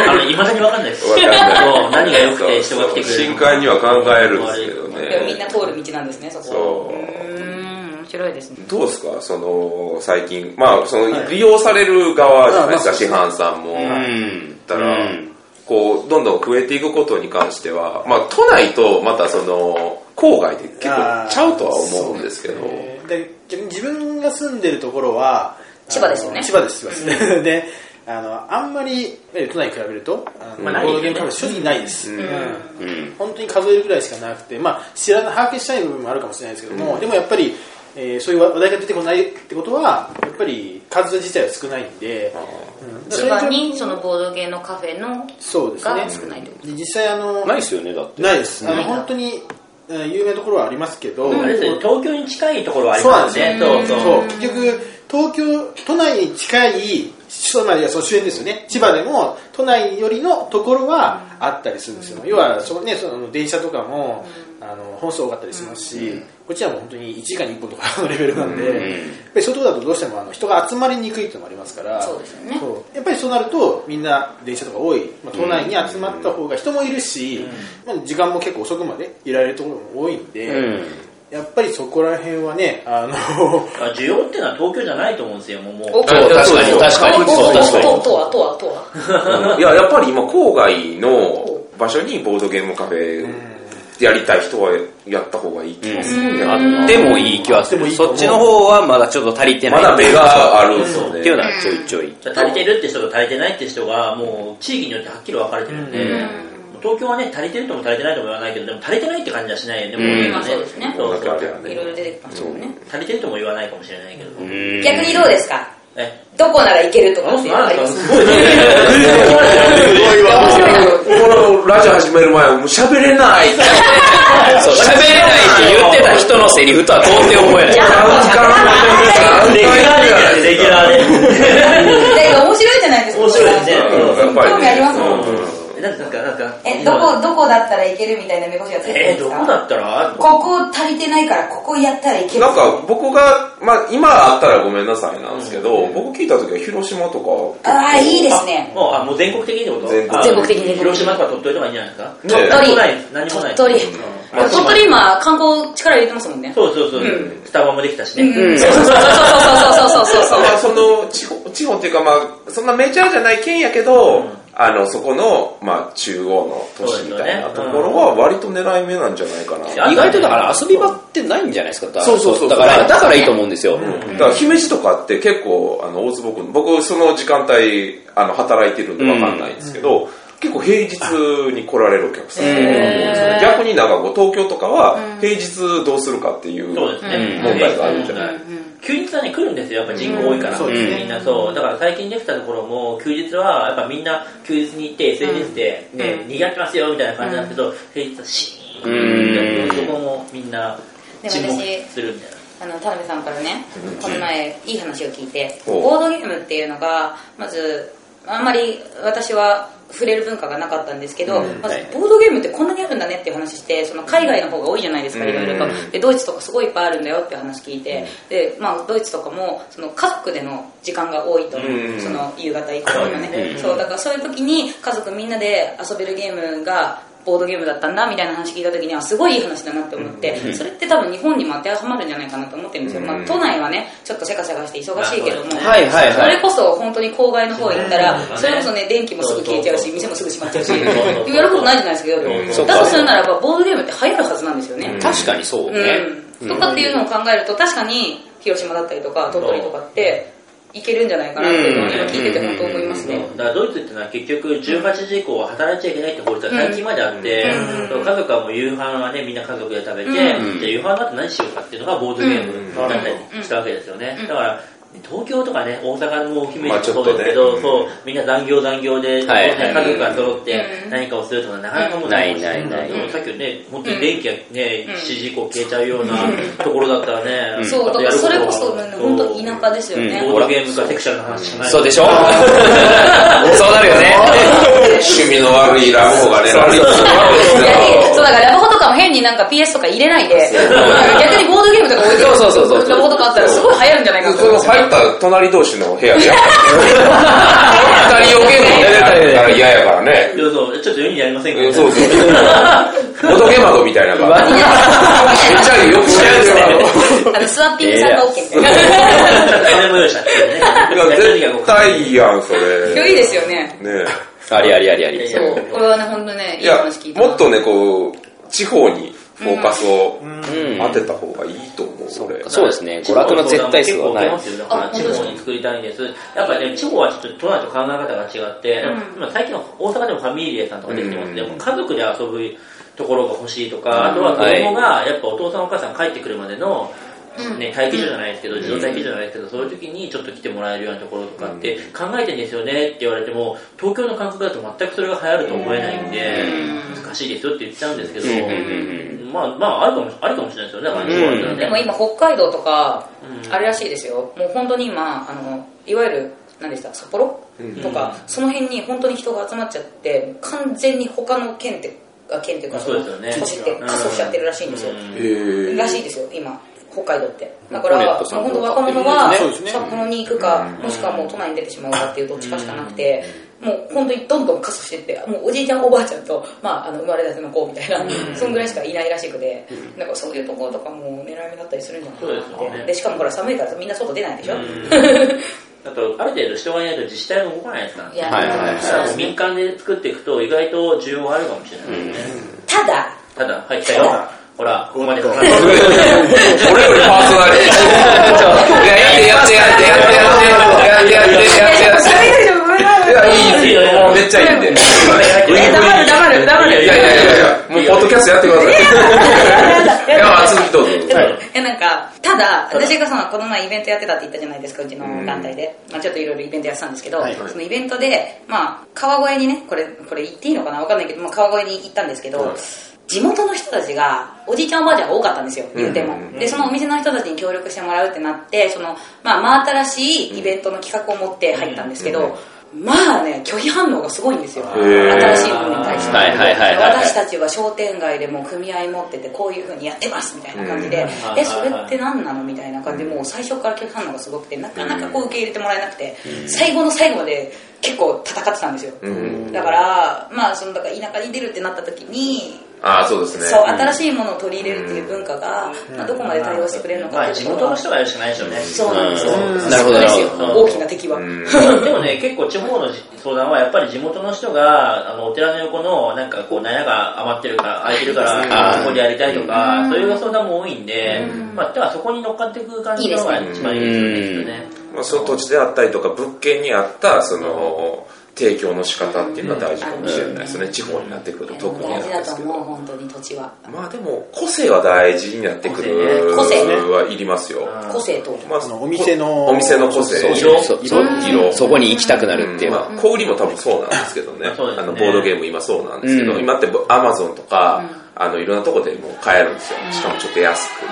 Speaker 4: あの、いまだにわかんないです。
Speaker 1: わかんない
Speaker 4: そう何が良くて人が来てくれる
Speaker 1: 深海には考えるんですけど
Speaker 5: でもみん
Speaker 1: ね。
Speaker 5: な通る道なんですね、そこ。
Speaker 1: そう
Speaker 5: うーん、面白いですね。
Speaker 1: どうですかその、最近。まあ、その、利用される側じゃないですか、市販さんも。
Speaker 6: うん。
Speaker 1: ったら、こうどんどん増えていくことに関しては、まあ、都内とまたその郊外で結構ちゃうとは思うんですけど。
Speaker 2: えーで逆に自分が住んでるところは
Speaker 5: 千葉ですよね
Speaker 2: あの千葉です千葉です、であのあんまりいわゆる都内に比べるとあの、
Speaker 4: まあない
Speaker 2: ボー
Speaker 4: よね
Speaker 2: ドゲームカフェ正直ないです、うん
Speaker 6: うん。
Speaker 2: 本当に数えるぐらいしかなくて、まあ、知らな把握してない部分もあるかもしれないですけども、でもやっぱり、えーそういう話題が出てこないってことはやっぱり数自体は少ないんで、うん、
Speaker 5: 千葉に、そのボードゲーのカフェの、
Speaker 2: そうですね
Speaker 5: が少ないってこ
Speaker 2: で実際あの
Speaker 6: ないっすよね、だって。
Speaker 2: ないですあの
Speaker 5: ないんだ
Speaker 2: 本当にえー有名なところはありますけど、
Speaker 4: あれですよね東京に近いところはあり
Speaker 2: そうなん
Speaker 4: ま
Speaker 2: ですすよ
Speaker 4: ね。そうそう。
Speaker 2: 結局東京都内に近いそうまあいやそう主演ですよね千葉でも都内寄りのところはあったりするんですよ、要はその、ね、その電車とかも、あの本数多かったりしますし、こっちはもう本当に1時間に1本とかのレベルなんで、やっぱり外だとどうしてもあの人が集まりにくいっていうのもありますから
Speaker 5: そうですよね
Speaker 2: そうやっぱりそうなるとみんな電車とか多い、まあ、都内に集まった方が人もいるし、まあ、時間も結構遅くまでいられるところも多いんで、やっぱりそこら辺はねあの
Speaker 4: まあ需要っていうのは東京じゃないと思うんですよ、もう。もう
Speaker 5: お
Speaker 6: そう、確かに、確かに。そう、確かに。
Speaker 5: ととはとはとは。
Speaker 1: いや、やっぱり今、郊外の場所にボードゲームカフェやりたい人はやった方がいい気がするね。あの
Speaker 6: あってもいい気はする。そっちの方はまだちょっと足りてない。
Speaker 1: まだ目があるんですよ
Speaker 6: っ
Speaker 1: ね
Speaker 6: ていうのはちょいちょい。
Speaker 4: 足りてるって人と足りてないって人が、もう地域によってはっきり分かれてるんで、東京はね、足りてるとも足りてないとも言わないけど、でも足りてないって感じはしないよね、もう
Speaker 5: ま
Speaker 4: 今
Speaker 5: あそうですね
Speaker 4: そうそう
Speaker 1: うん
Speaker 5: いろいろ出てきますもんね。
Speaker 4: 足りてるとも言わないかもしれないけど。
Speaker 5: 逆にどうですか
Speaker 4: え
Speaker 5: どこなら行けるとか
Speaker 4: あ
Speaker 5: って
Speaker 4: な
Speaker 5: あ
Speaker 4: ん
Speaker 5: りま
Speaker 4: か
Speaker 5: す
Speaker 4: すごいね。
Speaker 5: 面白いな
Speaker 1: このラジオ始める前はもう喋れないって
Speaker 6: そう、喋れないって言ってた人のセリフとは到底思えない。
Speaker 4: レギュラーでやるレギュラーで。
Speaker 5: だから面白いじゃないですか。
Speaker 4: 面白いですね
Speaker 1: やっぱりね
Speaker 5: 興味ありますもん。
Speaker 4: なんか、なんか、なんか。
Speaker 5: え、どこ、どこだったらいけるみたいな目星がついてる
Speaker 4: え
Speaker 5: んで
Speaker 4: ー、ど
Speaker 5: すか
Speaker 4: こだったら
Speaker 5: ここ足りてないから、ここやったらいける。
Speaker 1: なんか僕が、まあ今あったらごめんなさいなんですけど、僕聞いた時は広島とか、
Speaker 5: ああ、いいですね。
Speaker 4: もう、あ、もう全国的にってこと
Speaker 1: 全国
Speaker 4: あ
Speaker 5: 全国的に
Speaker 4: 広島とか鳥取とかいいんじゃないですか
Speaker 1: ね鳥取
Speaker 4: 何もないです。何もない
Speaker 5: 鳥
Speaker 4: ですう
Speaker 5: 取。
Speaker 4: ん
Speaker 5: 鳥取今、観光力入れてますもんね。
Speaker 4: そうそうそう。スタバもできたしね。
Speaker 5: うんそうそうそうそうそうそうそう
Speaker 1: まあその地方、地方っていうかまあ、そんなメジャーじゃない県やけど、あの、そこの、まあ中央の都市みたいなところは割と狙い目なんじゃないかな。
Speaker 6: 意外とだから遊び場ってないんじゃないですか。だ
Speaker 1: そうそうそう
Speaker 6: だから、だからいいと思うんですよ。
Speaker 1: だから姫路とかって結構あの大坪君僕その時間帯あの働いてるんでわかんないんですけど、結構平日に来られるお客さんが多いですね逆になんかこう東京とかは平日どうするかっていう
Speaker 4: そうですね。
Speaker 1: 問題があるんじゃない、
Speaker 4: 休日はね、来るんですよ、やっぱ人口多いから、
Speaker 2: うんそうですね
Speaker 4: みんなそう、だから最近できたところも、休日は、やっぱみんな休日に行って、SNS で、ね、賑わってますよみたいな感じなんですけど、平日はシーンって、そこもみんな
Speaker 5: でも私
Speaker 4: 沈黙するみたいな。
Speaker 5: あの田辺さんからね、この前、いい話を聞いて、
Speaker 1: おう
Speaker 5: ボードゲームっていうのが、まず、あんまり私は触れる文化がなかったんですけど、まずボードゲームってこんなにあるんだねっていう話して、その海外の方が多いじゃないですか、いろいろと。で、ドイツとかすごいいっぱいあるんだよって話聞いて、で、まあ、ドイツとかも、その家族での時間が多いと、
Speaker 1: ん
Speaker 5: その夕方以降とかね。そう、だからそういう時に家族みんなで遊べるゲームが、ボードゲームだったんだみたいな話聞いた時にはすごいいい話だなって思って、それって多分日本にも当てはまるんじゃないかなと思ってるんですよ、まあ、都内はねちょっとせかせかして忙しいけども、
Speaker 4: まあ
Speaker 6: はいはいはい
Speaker 5: それこそ本当に郊外の方行ったら、それこそね電気もすぐ消えちゃう
Speaker 4: そ
Speaker 5: し
Speaker 4: うそうそう
Speaker 5: 店もすぐ閉まっちゃうし
Speaker 4: そうそうそう
Speaker 5: やることないじゃないですか夜、
Speaker 6: そうか
Speaker 5: だとするならばボードゲームって流行るはずなんですよね、
Speaker 6: 確かにそうね。
Speaker 5: うん、とかっていうのを考えると確かに広島だったりとか鳥取とかって行けるんじゃないかなっていうのを今聞いてて本当思いますね、
Speaker 4: だからドイツってのは結局18時以降は働いちゃいけないって法律が最近まであって、そう家族はもう夕飯はねみんな家族で食べて、じゃあ夕飯だって何しようかっていうのがボードゲームだったりしたわけですよね、だから東京とかね大阪も姫路もそうですけど、そうみんな残業残業で、
Speaker 6: はい
Speaker 4: ね家族が揃って何かをするとかなかなかもう
Speaker 6: ないない
Speaker 4: ん
Speaker 6: ない
Speaker 4: でもさっきね本当に電気がね、7時以降消えちゃうようなところだったらね、
Speaker 5: そうだからそれこそね本当田舎ですよね、
Speaker 4: ボードゲームかセクシャルな話しかない
Speaker 6: そうでしょそうなるよね。
Speaker 1: 趣味の悪いラブホがねラブホが
Speaker 5: いやいやそうだからラブホとかも変になんか PS とか入れないで、逆にボードゲームとか置いてる
Speaker 6: そうそうそうそう
Speaker 5: ラブホとかあったらすごい流行るんじゃないかなと思います
Speaker 1: 入った隣同士の部屋でやったり二人余計も出てたりから嫌やからね
Speaker 4: そうそうちょっと世にやりませんけど、
Speaker 1: そうそう 元毛窓みたいなのがめっちゃよくやるよ
Speaker 5: あの、スワッピングさんが OK みたいな。
Speaker 4: 金も用意したっていうね。
Speaker 1: いや、 絶対いいやん、それ。
Speaker 5: いいですよね。
Speaker 1: ね
Speaker 6: ありありありあり。
Speaker 5: そう。これはね、ほんとね、い
Speaker 1: い
Speaker 5: い
Speaker 1: や
Speaker 5: 話聞い、て
Speaker 1: もっとね、こう、地方にフォーカスを当てた方がいいと思う、それ。
Speaker 6: そうですね。娯楽の絶対数はない。
Speaker 5: あ
Speaker 4: 地方に作りたいんです。やっぱね、地方はちょっと都内と考え方が違って、今最近は大阪でもファミリーさんとかできてますけど、家族で遊ぶところが欲しいとか、あとは子供が、やっぱお父さんお母さん帰ってくるまでの、ね、待機所じゃないですけど、自動待機所じゃないですけど、そういう時にちょっと来てもらえるようなところとかって、考えてんですよねって言われても、東京の感覚だと全くそれが流行ると思えないんで、難しいですよって言っちゃうんですけど、まあ、まあ、あるかもし、あるかもしれないですよね、だから地方だったらね
Speaker 5: でも今、北海道とか、あれらしいですよ。もう本当に今、あの、いわゆる、何でした札幌、とかその辺に本当に人が集まっちゃって完全に他の県ってあ県っていうか
Speaker 4: あそうですよね
Speaker 5: 都市って過疎しちゃってるらしいんですよ、
Speaker 1: えー
Speaker 5: らしいですよ今北海道ってだから
Speaker 6: コネットさん
Speaker 5: 本
Speaker 6: と
Speaker 5: 当
Speaker 6: か
Speaker 5: 若者は
Speaker 2: そうですね
Speaker 5: 札幌に行くかもしくはもう都内に出てしまうかっていうどっちかしかなくてもう本当にどんどん過疎してってもうおじいちゃんおばあちゃんと、まあ、あの生まれたての子みたいなそんぐらいしかいないらしくてなんかそういうところとかも狙い目だったりするんじゃないかなって
Speaker 4: そうですよね
Speaker 5: でしかもほら寒いからみんな外出ないでしょ、
Speaker 4: あと、ある程度人がいないと自治体も動かないですからね。
Speaker 5: いや
Speaker 6: はいはい
Speaker 4: だからもう民間で作っていくと意外と需要があるかもしれないですね。
Speaker 5: ただ
Speaker 4: ただ、入ったよ。ほら、ここま で話
Speaker 1: 俺よりパーソナリティ。いや、やってやってやってやってやってやってやってやってやって。いや、いいですよ。もうめっちゃいいんで。
Speaker 5: 黙る黙る黙
Speaker 1: いや
Speaker 5: る
Speaker 1: いやいやいや、もうポッドキャストやってください。いや、まあ続きどうぞ。
Speaker 5: えなんかただ私がそのこの前イベントやってたって言ったじゃないですかうちの団体で、まあ、ちょっといろいろイベントやってたんですけど、
Speaker 2: はい
Speaker 5: そのイベントで、まあ、川越にねこれこれ言っていいのかなわかんないけど、まあ、川越に行ったんですけど、地元の人たちがおじいちゃんおばあちゃんが多かったんですよ言うても、でそのお店の人たちに協力してもらうってなってその、まあ、真新しいイベントの企画を持って入ったんですけど、まあね拒否反応がすごいんですよ
Speaker 1: ー
Speaker 5: 新しいものに対して、
Speaker 6: はいはいはいはいはい
Speaker 5: 私たちは商店街でも組合持っててこういうふうにやってますみたいな感じで、
Speaker 4: うん
Speaker 5: えそれって何なのみたいな感じでもう最初から拒否反応がすごくてなかなかこう受け入れてもらえなくて、最後の最後まで結構戦ってたんですよ、だからまあそのだから田舎に出るってなった時に
Speaker 1: ああ、そうですね。
Speaker 5: そう新しいものを取り入れるっていう文化が、まあ、どこまで対応してくれるの
Speaker 4: ま
Speaker 5: か
Speaker 4: あ、
Speaker 5: ってい
Speaker 4: 地
Speaker 5: うとこ
Speaker 4: 元
Speaker 5: ろ
Speaker 4: の
Speaker 5: が
Speaker 4: 人がやるしかないでしょうね。
Speaker 5: そうなんですよ、
Speaker 6: んなるほど
Speaker 5: そうですよ
Speaker 6: なるほ
Speaker 4: ど
Speaker 5: 大きな敵は、
Speaker 4: でもね、結構地方の相談はやっぱり地元の人が、あの、お寺の横の、なんかこう、納屋が余ってるから、空いてるから、ここでやりたいとか、そういう相談も多いんで、まあ、ではそこに乗っかっていく感じのが一番いいですよね。
Speaker 1: まあ、その土地であったりとか物件にあったその提供の仕方っていうのは大事かもしれないですね、地方になってくると特にな
Speaker 5: 大
Speaker 1: ん
Speaker 5: 事だ
Speaker 1: で
Speaker 5: と
Speaker 1: すけ
Speaker 5: 思う
Speaker 1: ど
Speaker 5: 本当に土地は
Speaker 1: まあでも個性は大事になってくる
Speaker 5: 個性ね
Speaker 1: はいりますよ、
Speaker 5: 個性と
Speaker 1: まあ
Speaker 2: あのお店の
Speaker 1: お店の個性
Speaker 2: そう
Speaker 1: 色
Speaker 6: そう
Speaker 1: 色色
Speaker 6: そこに行きたくなるっていう
Speaker 1: まあ、小売りも多分そうなんですけどね
Speaker 4: そうですね
Speaker 1: あのボードゲーム今そうなんですけど、
Speaker 6: うん
Speaker 1: 今ってアマゾンとか、あのいろんなとこでもう買えるんですよしかもちょっと安く、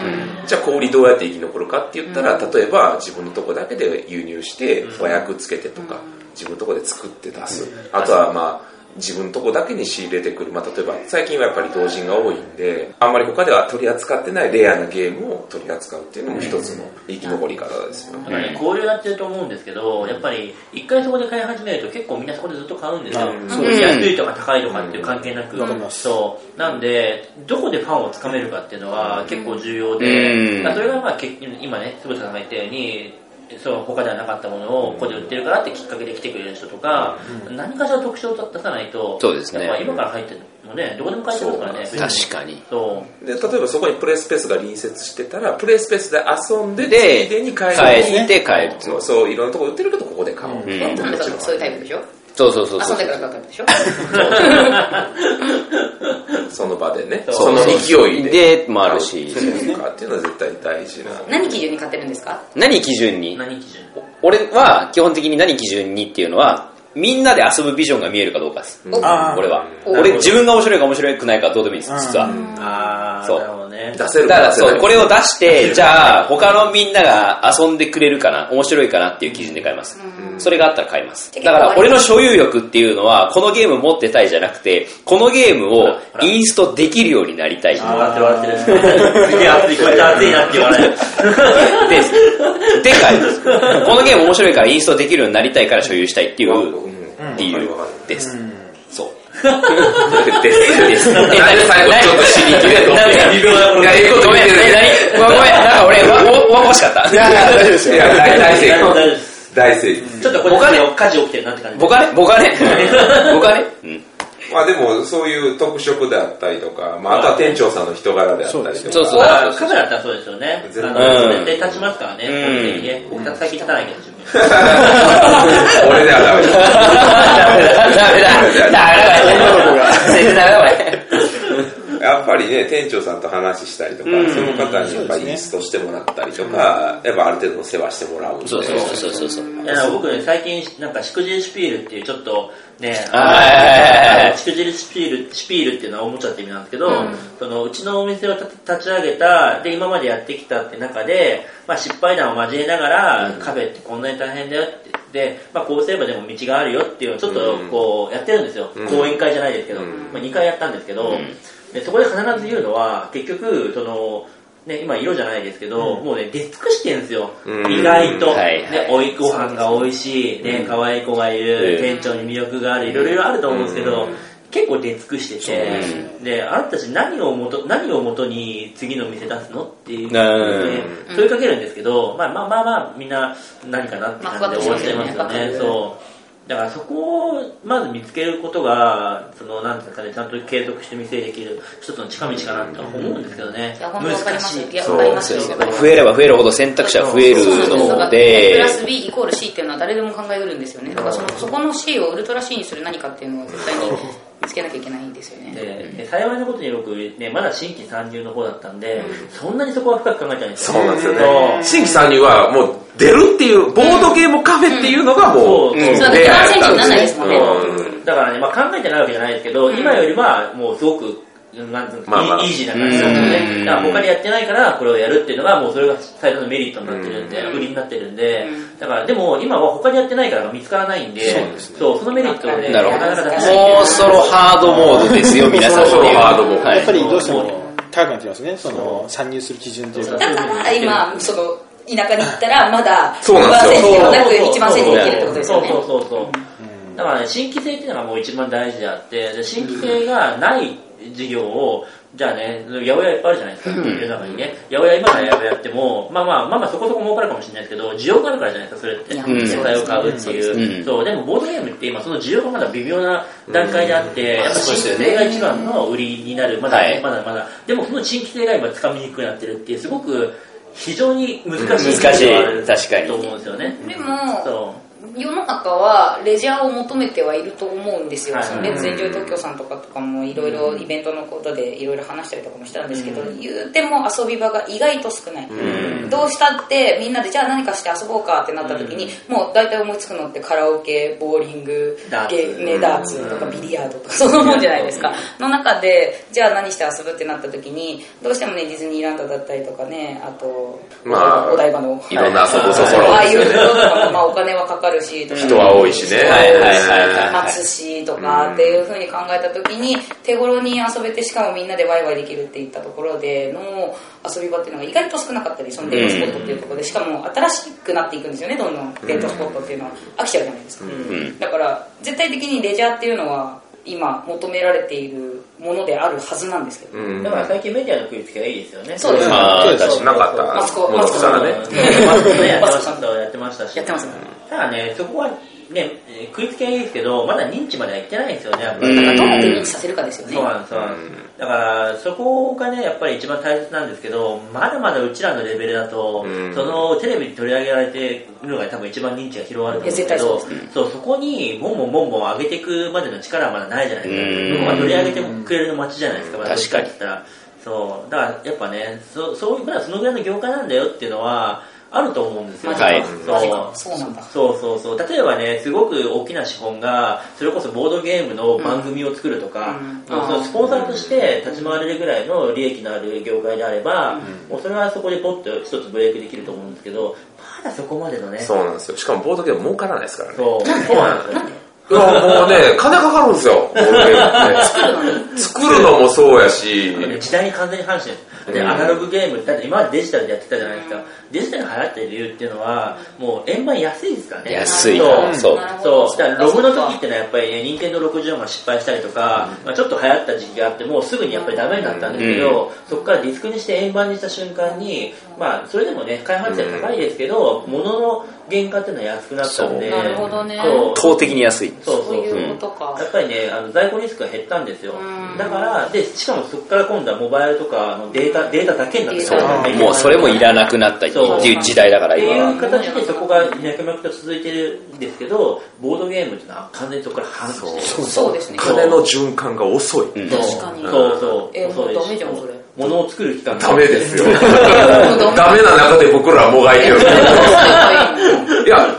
Speaker 1: じゃあ小売りどうやって生き残るかって言ったら、例えば自分のとこだけで輸入して和訳つけてとか、自分のとこで作って出す、あとはまあ自分のとこだけに仕入れてくる、まあ、例えば最近はやっぱり同人が多いんであんまり他では取り扱ってないレアなゲームを取り扱うっていうのも一つの生き残り方ですよね、
Speaker 4: だからね、交流やってると思うんですけど、やっぱり、一回そこで買い始めると結構みんなそこでずっと買うんですよ。
Speaker 6: ですね
Speaker 4: 安いとか高いとかっていう関係なく。
Speaker 2: かります
Speaker 4: そう。なんで、どこでファンをつかめるかっていうのは結構重要
Speaker 6: う
Speaker 4: で、
Speaker 6: ん
Speaker 4: だからそれがまあ結局今ね、つぶさんが言ったように、その他ではなかったものをここで売ってるからってきっかけで来てくれる人とか、何かしら特徴を出さないと、
Speaker 6: そうですね
Speaker 4: やっぱ今から入ってるのね、どこでも買えてますからね。
Speaker 6: 確かに。
Speaker 4: そ う。
Speaker 1: で例えばそこにプレイスペースが隣接してたらプレイスペースで遊んで
Speaker 6: で
Speaker 1: ついでに買える
Speaker 6: 帰って帰る。
Speaker 1: そうそういろんなとこ売ってるけどここで買おうとか、
Speaker 6: うん
Speaker 1: もちろん
Speaker 5: そういうタイプでしょ
Speaker 6: そうそうそうそ
Speaker 5: 遊。で
Speaker 6: うん
Speaker 5: からかかるでしょ
Speaker 1: その場でね
Speaker 4: そ
Speaker 1: そうの勢いで
Speaker 6: で、もあるし。
Speaker 1: とかっていうのは絶対大事な
Speaker 5: 何基準に勝てるんですか
Speaker 6: 何基準に
Speaker 4: 何基準
Speaker 6: 俺は基本的に何基準にっていうのは、みんなで遊ぶビジョンが見えるかどうかです。
Speaker 5: お
Speaker 2: あー
Speaker 6: 俺は。
Speaker 5: お
Speaker 6: 俺自分が面白いか面白くないかはどうでもいいです、実は。
Speaker 4: あ
Speaker 6: そう
Speaker 4: なるほどね。
Speaker 1: 出せる
Speaker 6: だ
Speaker 1: か
Speaker 6: から
Speaker 1: 出せない
Speaker 6: そう、これを出して、じゃあ他のみんなが遊んでくれるかな、面白いかなっていう基準で買います。それがあったら買います。だから俺の所有欲っていうのは、このゲーム持ってたいじゃなくて、このゲームをインストできるようになりたい。
Speaker 4: 笑って笑ってる。すげえ熱い、こいつ熱いなって言われる。
Speaker 6: です。でかいです。このゲーム面白いからインストできるようになりたいから所有したいっていう理由です。そう。
Speaker 1: です
Speaker 6: です。
Speaker 1: なんで最後ちょっと死に切れるの
Speaker 6: なんで
Speaker 1: 微妙なこと
Speaker 6: いや、いいこと言ってる。え、何ごめん、なんか俺、わ、わ、わ、欲しかった。
Speaker 2: いやいや大丈夫です
Speaker 1: い
Speaker 2: よ
Speaker 1: や大大成
Speaker 4: 大丈夫
Speaker 1: 功
Speaker 4: です
Speaker 1: 大成功
Speaker 4: ちょっとこれ、火事起きてるなって感じ。
Speaker 6: ボカねボカねボカねうん。
Speaker 1: まあでもそういう特色であったりとか、まあ、あとは店長さんの人柄であったりとか
Speaker 6: そうそう
Speaker 4: あカメラだったらそうですよね。
Speaker 1: 全
Speaker 4: あ
Speaker 1: 然
Speaker 4: の、
Speaker 6: う
Speaker 4: 絶
Speaker 6: ん
Speaker 4: 対立ちますからね。
Speaker 6: ん
Speaker 4: 本当にね。僕たち先立たないけど、自分。
Speaker 1: 俺ではダメだ
Speaker 6: ダメだ、ダメだ、ダメだ、ダメだ、全然ダメだ、これ。
Speaker 1: やっっぱりね、店長さんと話したりとか、
Speaker 6: うん
Speaker 1: その方にやっぱりインストしてもらったりとか、やっぱある程度の世話してもらうんで。
Speaker 6: そうそうそうそうそう。
Speaker 4: いや僕ね、最近、なんか、しくじりシュピールっていう、ちょっと、ね、
Speaker 6: はい
Speaker 4: あのしくじりシュピール、シュピールっていうのはおもちゃって意味なんですけど、その、うちのお店をた立ち上げた、で、今までやってきたって中で、まあ、失敗談を交えながら、カフェってこんなに大変だよって、で、まあ、こうすればでも道があるよっていうのを、ちょっと
Speaker 1: うん、
Speaker 4: こう、やってるんですよ。
Speaker 1: うん
Speaker 4: 講演会じゃないですけど、
Speaker 1: うん
Speaker 4: まあ、2回やったんですけど、
Speaker 6: うん
Speaker 4: でそこで必ず言うのは、結局、その、ね、今色じゃないですけど、もうね、出尽くしてるんですよ。
Speaker 1: うん
Speaker 4: 意外と。
Speaker 6: はいはい
Speaker 4: ね、おいご飯が美味しい、ね、可愛い子がいる、
Speaker 6: うん
Speaker 4: 店長に魅力がある、いろいろあると思うんですけど、結構出尽くしてて、で、あなたたち何をもと、何をもとに次の店出すのっていう、ね
Speaker 5: うん
Speaker 4: 問いかけるんですけど、まあまあまあまあ、みんな何かなって感じで終わっちゃいますよ
Speaker 5: まあふわっとしますよ
Speaker 4: ね。
Speaker 5: ね
Speaker 4: そう。だからそこをまず見つけることが、その、なんていうんですかね、ちゃんと継続して店できる一つの近道かなと思うんですけどね。
Speaker 5: いや、本当わか
Speaker 4: 難
Speaker 5: りま
Speaker 4: し
Speaker 5: す
Speaker 4: い
Speaker 5: よ。い。や、わかりますよ。わかります
Speaker 6: 増えれば増えるほど選択肢は増える
Speaker 5: そうなん
Speaker 6: の
Speaker 5: ですよだ
Speaker 6: で
Speaker 5: から A プラ、ス B イコール C っていうのは誰でも考えうるんですよねだからそのそこの C をウルトラ C にする何かっていうのを絶対に見つけなきゃいけないんですよ ね
Speaker 4: でで幸いなことに僕、ね、まだ新規参入の方だったんで、そんなにそこは深く考えてないんです
Speaker 1: そうなんですよね
Speaker 4: そ。う
Speaker 1: 新規参入はもう出るっていう、ボードゲームカフェっていうのがもう、
Speaker 4: うんそうそう
Speaker 1: レアやったん
Speaker 5: そうだね感染者にならないですもんね
Speaker 1: うん
Speaker 4: だからね、まあ、考えてないわけじゃないですけど、
Speaker 5: ん
Speaker 4: 今よりはもうすごく、なんていうの
Speaker 1: まあまあ
Speaker 4: イージーな感じなんですよ
Speaker 6: う
Speaker 4: ね。
Speaker 6: ん
Speaker 4: だから他でやってないから、これをやるっていうのが、もうそれが最大のメリットになってるんで、売りになってるんで、だからでも今は他でやってないから見つからないんで、そう,、そのメリットをね、
Speaker 6: なるほ
Speaker 4: なかなか出せないんで
Speaker 6: ど。もうそろハードモードですよ、皆さんっていう。
Speaker 1: そろそろハードモード
Speaker 6: は
Speaker 2: やっぱ
Speaker 6: い。
Speaker 2: りどうしても高くなってますね、その参入する基準という
Speaker 5: だ
Speaker 2: か。
Speaker 5: から今その田舎に行ったらまだ
Speaker 1: そうなんですよ
Speaker 5: 1%なく
Speaker 4: そう
Speaker 5: 1番線に行けるってことですよね
Speaker 4: そうそうそうそう。だからね、新規性っていうのがもう一番大事であって、で新規性がない事業を、じゃあね、八百屋いっぱいあるじゃないですか、世の中にね。八百屋今から八百屋っても、まあまあ、まあまあそこそこ儲かるかもしれないですけど、需要があるからじゃないですか、それって。
Speaker 5: いや
Speaker 6: うん
Speaker 4: 素材を買うっていう。
Speaker 6: うん
Speaker 4: そう、でもボードゲームって今その需要がまだ微妙な段階であって、やっぱ新規性が一番の売りになる、まだ
Speaker 6: はい
Speaker 4: まだまだ。でもその新規性が今掴みにくくなってるっていう、すごく非常に難しい
Speaker 6: 難しい
Speaker 4: ところがある
Speaker 6: 確かに
Speaker 4: と思うんですよね。
Speaker 5: でも
Speaker 4: そ
Speaker 5: 世の中はレジャーを求めてはいると思うんですよ、
Speaker 4: はい
Speaker 5: そのレッツエンジョイ東京さんとかとかもいろいろイベントのことでいろいろ話したりとかもしたんですけど、言うても遊び場が意外と少ない、どうしたってみんなでじゃあ何かして遊ぼうかってなった時に、もう大体思いつくのってカラオケボーリング
Speaker 4: ダーツ
Speaker 5: ゲーね、ダーツとかビリヤードとかそのもんじゃないですかの中でじゃあ何して遊ぶってなった時にどうしてもねディズニーランドだったりとかねあと、
Speaker 1: まあ
Speaker 5: お台場の
Speaker 1: いろんな遊ぶとこ
Speaker 5: あ
Speaker 1: ろ
Speaker 5: あ
Speaker 1: で
Speaker 5: い
Speaker 1: すよ
Speaker 5: う
Speaker 1: ね。
Speaker 5: ところもまあお金はかかるしとか
Speaker 1: 人は多いしね。
Speaker 6: はいはいはいはい
Speaker 5: 待つしとかっていうふうに考えた時に手頃に遊べてしかもみんなでワイワイできるっていったところでの遊び場っていうのが意外と少なかったりそのデートスポットっていうところでしかも新しくなっていくんですよねどんどんデートスポットっていうのは飽きちゃうじゃないですか、だから絶対的にレジャーっていうのは今求められているものであるはずなんですけど、
Speaker 4: う。
Speaker 1: ん
Speaker 4: だから最近メディアの食いつきがいいですよね。
Speaker 5: そうですね
Speaker 6: あー
Speaker 2: そうです
Speaker 1: なかった
Speaker 5: マスコ
Speaker 1: ものさらね。
Speaker 4: ね。マスコね、やってましたやってましたし。
Speaker 5: やってますね
Speaker 4: ただね、そこはね、えー食いつきがいいですけど、まだ認知までは行ってないんですよね、やっぱり。
Speaker 5: だからどうやって認知させるかですよね
Speaker 4: そうなんです、そうなんです。だから、そこがね、やっぱり一番大切なんですけど、まだまだうちらのレベルだと、
Speaker 1: うん
Speaker 4: そのテレビに取り上げられてるのが多分一番認知が広がると思うんですけ
Speaker 5: いや
Speaker 4: ど、
Speaker 5: 絶対
Speaker 4: そうそこに、ボンボンボンボン上げていくまでの力はまだないじゃないですか。
Speaker 6: うん
Speaker 4: まあ取り上げてくれる街じゃないですか、まだ
Speaker 6: 確かに
Speaker 4: どっちって言ったら。そう、だからやっぱね、そそういう、まだそのぐらいの業界なんだよっていうのは、あると思うんですよ。
Speaker 5: マジか
Speaker 6: はい
Speaker 5: マジかそうなんだ
Speaker 4: そうそうそう例えばねすごく大きな資本がそれこそボードゲームの番組を作るとか、
Speaker 5: うんうん
Speaker 4: そのスポンサーとして立ち回れるぐらいの利益のある業界であれば、もうそれはそこでポッと一つブレイクできると思うんですけどまだそこまでのね
Speaker 1: そうなんですよ。しかもボードゲーム儲からないですからね。
Speaker 4: そうそうなんですよ
Speaker 1: いやもうね、金かかるんですよ、ボードゲームって。
Speaker 5: 作るのに
Speaker 1: 作るのもそうやし、
Speaker 4: 時代に完全に反してるで
Speaker 1: うん
Speaker 4: アナログゲームだって今までデジタルでやってたじゃないですかデジタルが流行ってる理由っていうのはもう円盤安いですからね
Speaker 6: 安い
Speaker 4: そう
Speaker 6: そう
Speaker 5: なるほど
Speaker 4: そう、だからログの時ってのはやっぱりね、任天堂64が失敗したりとか、まあ、ちょっと流行った時期があって、もうすぐにやっぱりダメになったんですけど、そこからディスクにして円盤にした瞬間に、まあ、それでもね、開発費は高いですけど、物の原価っていうのは安くなったんで、
Speaker 5: そうなるほどね
Speaker 4: そう
Speaker 6: 圧倒的に安い。
Speaker 4: そうそう
Speaker 5: そういうことか
Speaker 4: やっぱりね、あの在庫リスクが減ったんですよ
Speaker 5: うん。
Speaker 4: だから、で、しかもそこから今度はモバイルとかのデータ、データだけになって
Speaker 5: そう
Speaker 4: る
Speaker 6: もうそれもいらなくなったりっていう時代だから
Speaker 4: って
Speaker 6: 今
Speaker 4: い
Speaker 6: は
Speaker 4: う形でそこが脈々と続いてるんですけど、ボードゲームっていうのは完全にそこから反そう
Speaker 5: そうですね
Speaker 1: 金の循環が遅い。
Speaker 6: ん
Speaker 5: 確かに
Speaker 4: そうそう。
Speaker 5: えもうダメじゃんそれ
Speaker 4: 物を作る期間
Speaker 1: ダメですよ。
Speaker 5: もう
Speaker 1: ダメな中で僕らはもがいてる。
Speaker 5: はい
Speaker 1: や、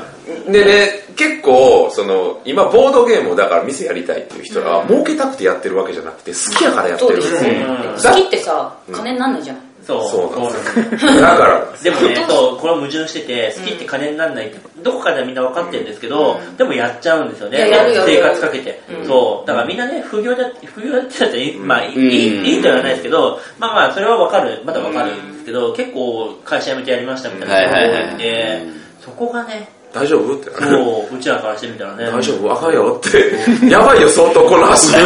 Speaker 1: でね、結構、その、今、ボードゲームをだから店やりたいっていう人が、儲けたくてやってるわけじゃなくて、好きやからや
Speaker 5: い
Speaker 1: っ
Speaker 5: そ
Speaker 1: て
Speaker 5: う
Speaker 1: る
Speaker 5: で。すね
Speaker 1: ん
Speaker 5: 好きってさ金になんないじゃん
Speaker 4: そう。
Speaker 1: そうなん
Speaker 4: そう
Speaker 1: ですよ。だから、
Speaker 4: でもね、そう、これは矛盾してて、好きって金にならないって、どこかではみんな分かってるんですけど、でもやっちゃうんですよね。
Speaker 5: いややるやる
Speaker 4: 生活かけて、そう。だからみんなね、副業だって、副業だってだって、まあ、いい、
Speaker 6: うん
Speaker 4: いいとは言わないですけど、まあまあ、それは分かる、まだ分かるんですけど、結構会社辞めてやりましたみたいな人が多いんで、そこがね、
Speaker 1: 大丈夫ってなる。
Speaker 4: そう、うちらからしてみたらね。
Speaker 1: 大丈夫あかんよって。やばいよ、相当この 話。
Speaker 5: ど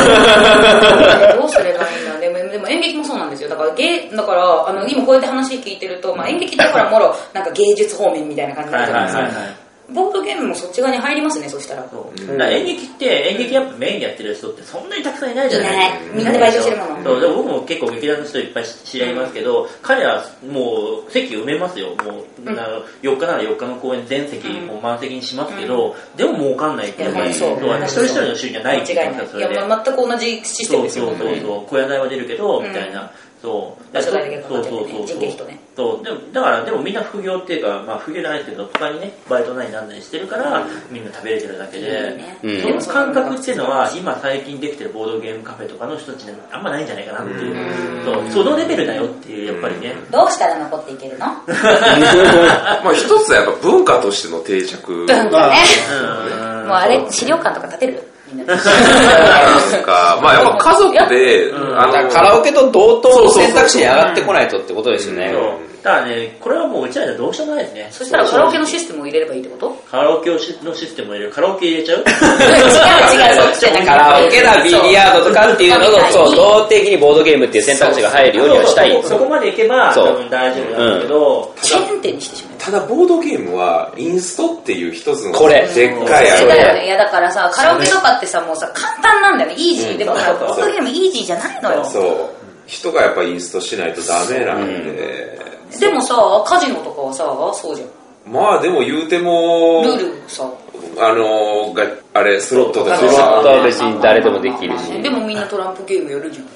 Speaker 5: うすればいいんだでもでも演劇もそうなんですよだから芸だからあの今こうやって話聞いてると、まあ、演劇だからもろなんか芸術方面みたいな感じに
Speaker 4: は
Speaker 5: なる
Speaker 4: い
Speaker 5: じゃな
Speaker 4: はいい
Speaker 5: です
Speaker 4: は
Speaker 5: か、
Speaker 4: いはい。
Speaker 5: ボードゲームもそっち側に入りますねそしたら
Speaker 4: そうだから演劇って演劇やっぱメインでやってる人ってそんなにたくさんいないじゃないですか
Speaker 5: いないみんなでバイトしてるもの
Speaker 4: そうでも僕も結構劇団の人いっぱい知り合いますけど、彼らもう席埋めますよもう、あの4日なら4日の公演全席もう満席にしますけど、でも儲かんないっていうのが
Speaker 5: いやそう
Speaker 4: そう一人一人の収入がないって
Speaker 5: 間
Speaker 4: いうの
Speaker 5: 違いな
Speaker 4: が
Speaker 5: い
Speaker 4: そ
Speaker 5: い
Speaker 4: れで
Speaker 5: や、まあ、全く同じシステ
Speaker 4: そ
Speaker 5: ム
Speaker 4: う
Speaker 5: ですよ
Speaker 4: そうそうそう小屋代は出るけど、
Speaker 5: うん
Speaker 4: みたいなそう
Speaker 5: 場所代だけかか
Speaker 4: そう
Speaker 5: っちゃ
Speaker 4: そうう
Speaker 5: ね
Speaker 4: そう
Speaker 5: 人件費とね
Speaker 4: そうでもだからでもみんな副業っていうかまあ副業じゃないですけど他にねバイトなりなんなりしてるから、みんな食べれてるだけで、
Speaker 5: いいね
Speaker 4: その感覚っていうのは今最近できてるボードゲームカフェとかの人たちにはあんまないんじゃないかなっていう、そうそのレベルだよっていうやっぱりね、
Speaker 5: どうしたら残っていけるの
Speaker 1: まあ、一つはやっぱ文化としての定 着。
Speaker 5: 文化ね
Speaker 4: うん
Speaker 5: もうあれ資料館とか建てるみんな
Speaker 1: なんか、まあやっぱ家族で、あ
Speaker 6: だから
Speaker 1: の、
Speaker 6: カラオケと同等の選択肢に上がってこないとってことですよね。
Speaker 4: そうただねこれはもううちらじゃどうしようもないですね
Speaker 5: そしたらカラオケのシステムを入れればいいってこと
Speaker 4: カラオケをしのシステムを入れるカラオケ入れちゃう
Speaker 5: 違う違うそっちじゃなくて
Speaker 6: カラオケだ、ビリヤードとかっていうのと、そう、動的にボードゲームっていう選択肢が入るようにはしたい。
Speaker 4: そうそうそこまでいけば
Speaker 6: そう
Speaker 4: 多分大丈夫なんだけど、
Speaker 5: チェーン店にしてしまう
Speaker 1: ただボードゲームは、インストっていう一つの、
Speaker 6: これ
Speaker 1: でっかい
Speaker 5: そ
Speaker 1: あ
Speaker 5: う
Speaker 1: れ
Speaker 5: だよね。いやだからさ、カラオケとかってさ、もうさ、簡単なんだよね。イージー。でもさ、
Speaker 4: そうそう
Speaker 5: ボードゲームイージーじゃないのよ。
Speaker 1: そう。人がやっぱインストしないとダメなんで。
Speaker 5: でもさ、カジノとかはさ、そうじゃん。
Speaker 1: まあでも言うても、
Speaker 5: ルールさ。
Speaker 1: あのが、あれ、スロットとか
Speaker 6: スロット
Speaker 1: さ、
Speaker 6: は別に誰でもできるし。
Speaker 5: でもみんなトランプゲームやるじゃん。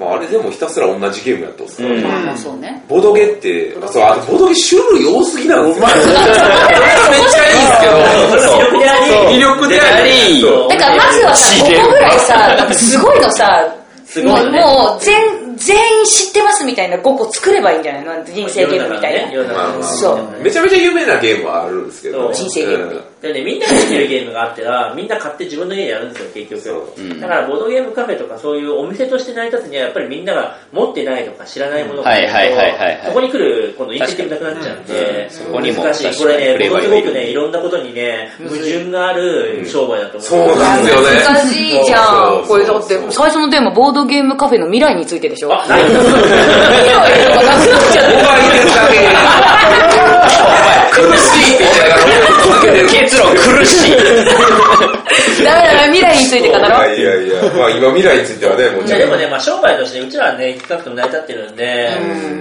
Speaker 1: まああれでもひたすら同じゲームやっとっす
Speaker 6: うん
Speaker 5: まあまあそうね。
Speaker 1: ボードゲって、そう、あとボードゲ種類多すぎなの。うまい。めっちゃいいですけど、
Speaker 4: そう魅力であり
Speaker 6: そう
Speaker 1: 魅力であり
Speaker 4: そう
Speaker 5: だからまずはさ、
Speaker 6: 知れる
Speaker 5: ここぐらいさ、多分すごいのさ、
Speaker 4: すごいよね
Speaker 5: もうもう全、全員知ってますみたいな5個作ればいいんじゃないの人生ゲームみたいな。
Speaker 4: 世の中のね世
Speaker 5: そ
Speaker 4: の中のね
Speaker 5: う
Speaker 1: めちゃめちゃ有名なゲームはあるんですけど。
Speaker 4: そう人
Speaker 5: 生ゲーム
Speaker 1: うん
Speaker 4: でね、みんなが知ってるゲームがあっては、みんな買って自分の家でやるんですよ、結
Speaker 1: そ
Speaker 4: 局。だから、ボードゲームカフェとかそういうお店として成り立つには、やっぱりみんなが持ってないとか知らないものがあると
Speaker 6: はいはいはいはいはい
Speaker 4: そこに来る、このインセンティブなくなっちゃうんで、
Speaker 6: そこにも
Speaker 4: 難しい。これ
Speaker 6: 確か
Speaker 4: ね、
Speaker 6: に
Speaker 4: ものすごく
Speaker 6: プレイがい
Speaker 4: ね、いろんなことにね、矛盾がある商売だと思う。
Speaker 1: そうなんですよね。
Speaker 5: 難しいじゃん。こ
Speaker 1: そう
Speaker 5: れ
Speaker 1: そ
Speaker 5: だ
Speaker 1: う
Speaker 5: っ
Speaker 1: そう
Speaker 5: て、最初のテーマ、ボードゲームカフェの未来についてでしょ
Speaker 4: あ、ない
Speaker 5: 未来とかなくなっちゃう。
Speaker 1: 僕は入れるだけ苦しいって言って
Speaker 6: 結論苦しい。
Speaker 5: ダメだな、未来について語ろう。
Speaker 1: いやいやいや、まあ今未来についてはね、も
Speaker 4: い
Speaker 1: ちろ
Speaker 4: やで
Speaker 1: ん
Speaker 4: も。ね、まあ、商売としてうちらはね、企画とも成り立ってるんで、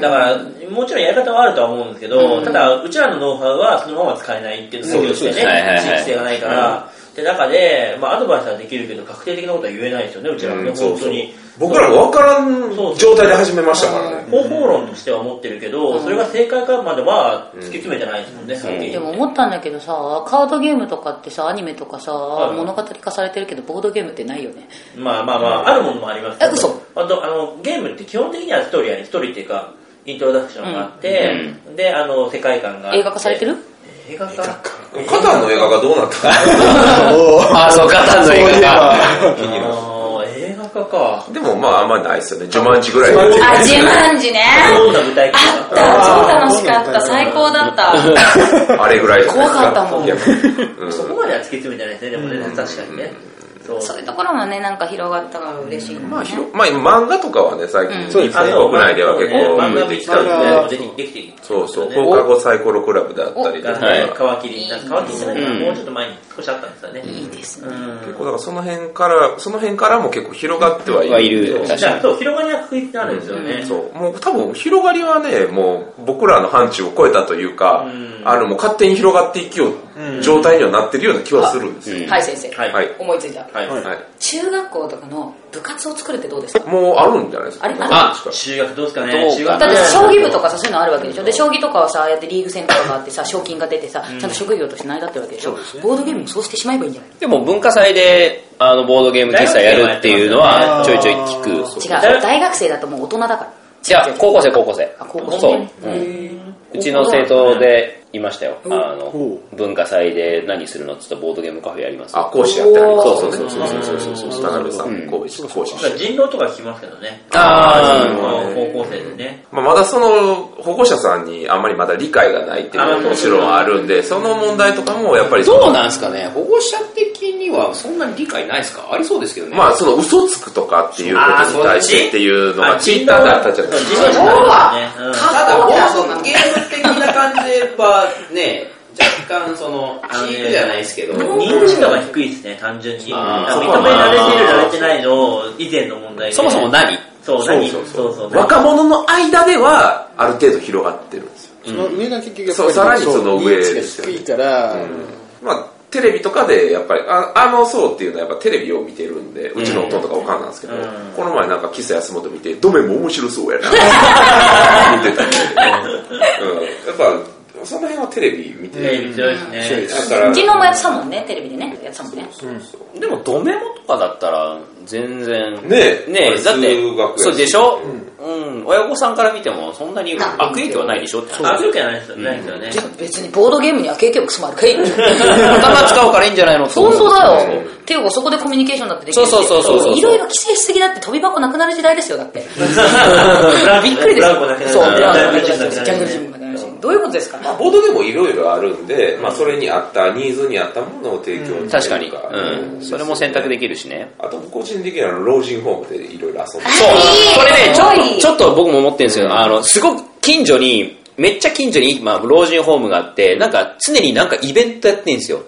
Speaker 4: だから、もちろんやり方はあるとは思うんですけど、ただ、うちらのノウハウはそのまま使えないっていうのが
Speaker 6: そう
Speaker 4: ね、
Speaker 6: ですはいはいはい
Speaker 4: 地域性がないから、って中で、まあ、アドバイスはできるけど、確定的なことは言えないですよね、うちらはね、
Speaker 1: うんそうそう
Speaker 4: 本当に。
Speaker 1: 僕らも分からん状態で始めましたからね。
Speaker 4: 方法論としては持ってるけど、それが正解かまでは突き詰めてないですもんね、最近
Speaker 5: でも思ったんだけどさカードゲームとかってさアニメとかさ、
Speaker 4: い
Speaker 5: 物語化されてるけどボードゲームってないよね
Speaker 4: まあまあまあ、あるものもありますけど
Speaker 5: え嘘
Speaker 4: あとあのゲームって基本的にはストーリーやストーリーっていうか、イントロダクションがあって、で、あの、世界観があって。
Speaker 5: 映画化されてる
Speaker 4: 映画化
Speaker 1: カタンの映画がどうなったか。
Speaker 6: あ、そう、ガタンの映画が。
Speaker 4: あー映画化か。
Speaker 1: でもまああんまりないですよね。ジョマンジぐらいで。
Speaker 5: あジマンジね
Speaker 4: どんな舞台か。
Speaker 5: あった超楽しかった最高だった
Speaker 1: あれぐらい
Speaker 5: 怖かったもん
Speaker 1: いや
Speaker 4: そこまでは突き詰めてないですね、でもね、確かにね。そう
Speaker 5: そういうところもね、なんか広がったから嬉しい、ね。
Speaker 1: まあ、広まあ、今漫画とかはね、最
Speaker 5: うん
Speaker 1: 近、
Speaker 2: そう
Speaker 1: 日
Speaker 2: ですね
Speaker 1: 本国内では結構
Speaker 4: 漫
Speaker 1: 増え
Speaker 4: 画
Speaker 1: て
Speaker 4: 見
Speaker 1: き
Speaker 4: つ
Speaker 1: た
Speaker 4: か
Speaker 1: ん
Speaker 4: る
Speaker 1: で、
Speaker 4: ので、できてき
Speaker 1: そうそう、放課後サイコロクラブだったりとか、
Speaker 4: はい、
Speaker 1: 結
Speaker 4: 皮切りになって、皮切りじゃないかな、もうちょっと前に少しあったんですよね。
Speaker 5: いいですね。
Speaker 4: うん
Speaker 1: 構だからその辺から、その辺からも結構広がってはいる。
Speaker 6: はいる
Speaker 4: そうじゃあそう、広がりは確実にあるんですよね。
Speaker 1: そう。もう多分、広がりはね、もう僕らの範疇を超えたというか、あの、もう勝手に広がっていきよう状態にはなってるような気はするんですよ。
Speaker 5: はい、先生。
Speaker 4: はい
Speaker 1: はい
Speaker 5: 思いついた。
Speaker 4: はい。
Speaker 1: はい。
Speaker 5: 中学校とかの部活を作るってどうですか
Speaker 1: もうあるんじゃないですか。
Speaker 5: あれあ
Speaker 1: どうですか
Speaker 4: 中学どうですかね
Speaker 6: どうか
Speaker 4: 中学
Speaker 5: だってさ将棋部とかさそういうのあるわけでしょで将棋とかはさああやってリーグ戦とかがあってさ賞金が出てさちゃんと職業として成り立ってるわけでしょボードゲームもそうしてしまえばいいんじゃない
Speaker 6: でも文化祭で、あの、ボードゲーム喫茶やるっていうのは、ちょいちょい聞く。
Speaker 5: 違う大学生だともう大人だから
Speaker 6: じゃあ、高校生、高校生。
Speaker 5: あ高校生
Speaker 6: そう。うちの生徒でいましたよ。あ
Speaker 2: ほ
Speaker 6: の、文化祭で何するのって言ったらボードゲームカフェやります。
Speaker 1: あ、講師やってあります
Speaker 6: そう
Speaker 1: そうそうそうそうそうそう。田辺さん、講師、講師。
Speaker 4: 人狼とか聞きますけどね。
Speaker 6: あー
Speaker 4: 高校生でね。
Speaker 1: まあ、まだその保護者さんにあんまりまだ理解がないっていうの
Speaker 4: あ
Speaker 1: も
Speaker 4: そう
Speaker 1: もちろんあるんで、その問題とかもやっぱりその
Speaker 6: どうなんですかね保護者的にはそんなに理解ないですかありそうですけどね。
Speaker 1: まあその嘘つくとかっていうことに対してっていうのがツイッターであったじゃないですか。
Speaker 4: 人狼
Speaker 6: そう
Speaker 4: は、うん
Speaker 6: ただ、ボードゲーム的な感じはね、若干その、飼育じゃないですけど、
Speaker 4: 認知度が低いですね、単純に。認め
Speaker 6: あー
Speaker 4: られてる、られてないの、以前の問題で。
Speaker 6: そもそも何
Speaker 4: そう、何そうそう。
Speaker 1: 若者の間ではある程度広がってるんですよ。
Speaker 2: その上が結局やっぱり
Speaker 1: そうさらにその上
Speaker 2: 認知
Speaker 1: ですよ
Speaker 2: が低
Speaker 1: ね
Speaker 2: いから、
Speaker 1: まあテレビとかでやっぱりああの層っていうのはやっぱテレビを見てるんでうちの弟とかおかんなんですけど、この前なんか喫茶安本見てどめも面白そう やな見てたんで、うんうん、やっぱその辺はテレビ見て
Speaker 4: テレビ強いですね。
Speaker 1: だから
Speaker 5: 昨日もやってたもんねテレビでねやってたもんね
Speaker 6: でも、ドメモとかだったら、全然。
Speaker 1: ねえ
Speaker 6: ねえ、だっ
Speaker 1: 数学や
Speaker 6: て、
Speaker 1: し
Speaker 6: そうでしょうん。親御さんから見ても、そんなに悪影響はないでしょって話。
Speaker 4: あ、強くはないですよないですよね。
Speaker 5: 別にボードゲームには経験もくすまるかい
Speaker 6: 頭使うからいいんじゃないの
Speaker 5: 本当
Speaker 6: そう
Speaker 5: だ
Speaker 6: そう
Speaker 5: よていうかそこでコミュニケーションだってできるし
Speaker 6: そうそうそうそうそう
Speaker 5: いろいろ規制しすぎだって飛び箱なくなる時代ですよだってび
Speaker 4: ブランコだけなんだブランコだけなん
Speaker 5: っくりですよそうブランコなくな
Speaker 4: だ
Speaker 5: るジャングルジムなくなるしどういうことですか
Speaker 1: まあ、ボードゲームもいろいろあるんで、まあ、それに合ったニーズに合ったものを提供したり
Speaker 6: 確
Speaker 1: と
Speaker 6: かに。うん。それも選択できるしね。
Speaker 1: あと個人的にはあの老人ホームでいろいろ遊んで
Speaker 6: そう。これね、ち
Speaker 5: す
Speaker 6: ょっ
Speaker 5: ご
Speaker 6: と、
Speaker 5: い
Speaker 6: ちょっと僕も思ってるんですよ。あの、すごく近所に、めっちゃ近所に、まあ、老人ホームがあって、なんか、常になんかイベントやってんですよ。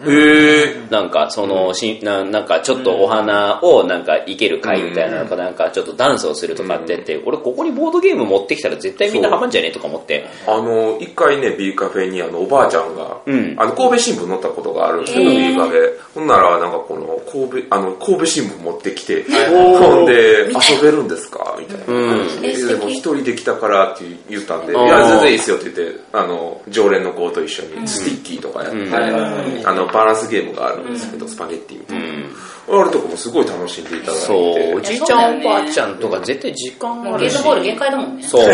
Speaker 6: なんか、その、しななんか、ちょっとお花を、なんか、いける会みたいなのか、なんか、ちょっとダンスをするとかってって、俺、ここにボードゲーム持ってきたら絶対みんなハマんじゃねえとか思って。
Speaker 1: あの一回ね B カフェにあのおばあちゃんが、
Speaker 6: うん
Speaker 1: あの神戸新聞載ったことがあるんですけど、
Speaker 5: へー
Speaker 1: B カフェほんならなんかこの神戸あの神戸新聞持ってきてほんで遊べるんですかみたいな、
Speaker 6: うん
Speaker 1: ででも一人で来たからって言ったんで「い
Speaker 6: あー
Speaker 1: や全然いいっすよ」って言ってあの常連の子と一緒にスティッキーとかやって、あのバランスゲームがあるんですけど、スパゲッティみたいな、あれとかもすごい楽しんでいただいて
Speaker 6: そう、おじいちゃん、
Speaker 5: いやそうだよ
Speaker 6: お
Speaker 5: ね
Speaker 6: ばあちゃんとか、絶対時間
Speaker 5: も
Speaker 6: あ
Speaker 5: うゲ
Speaker 6: る
Speaker 5: ー
Speaker 6: し
Speaker 5: ト。ボール限界だもんね
Speaker 6: そう。だ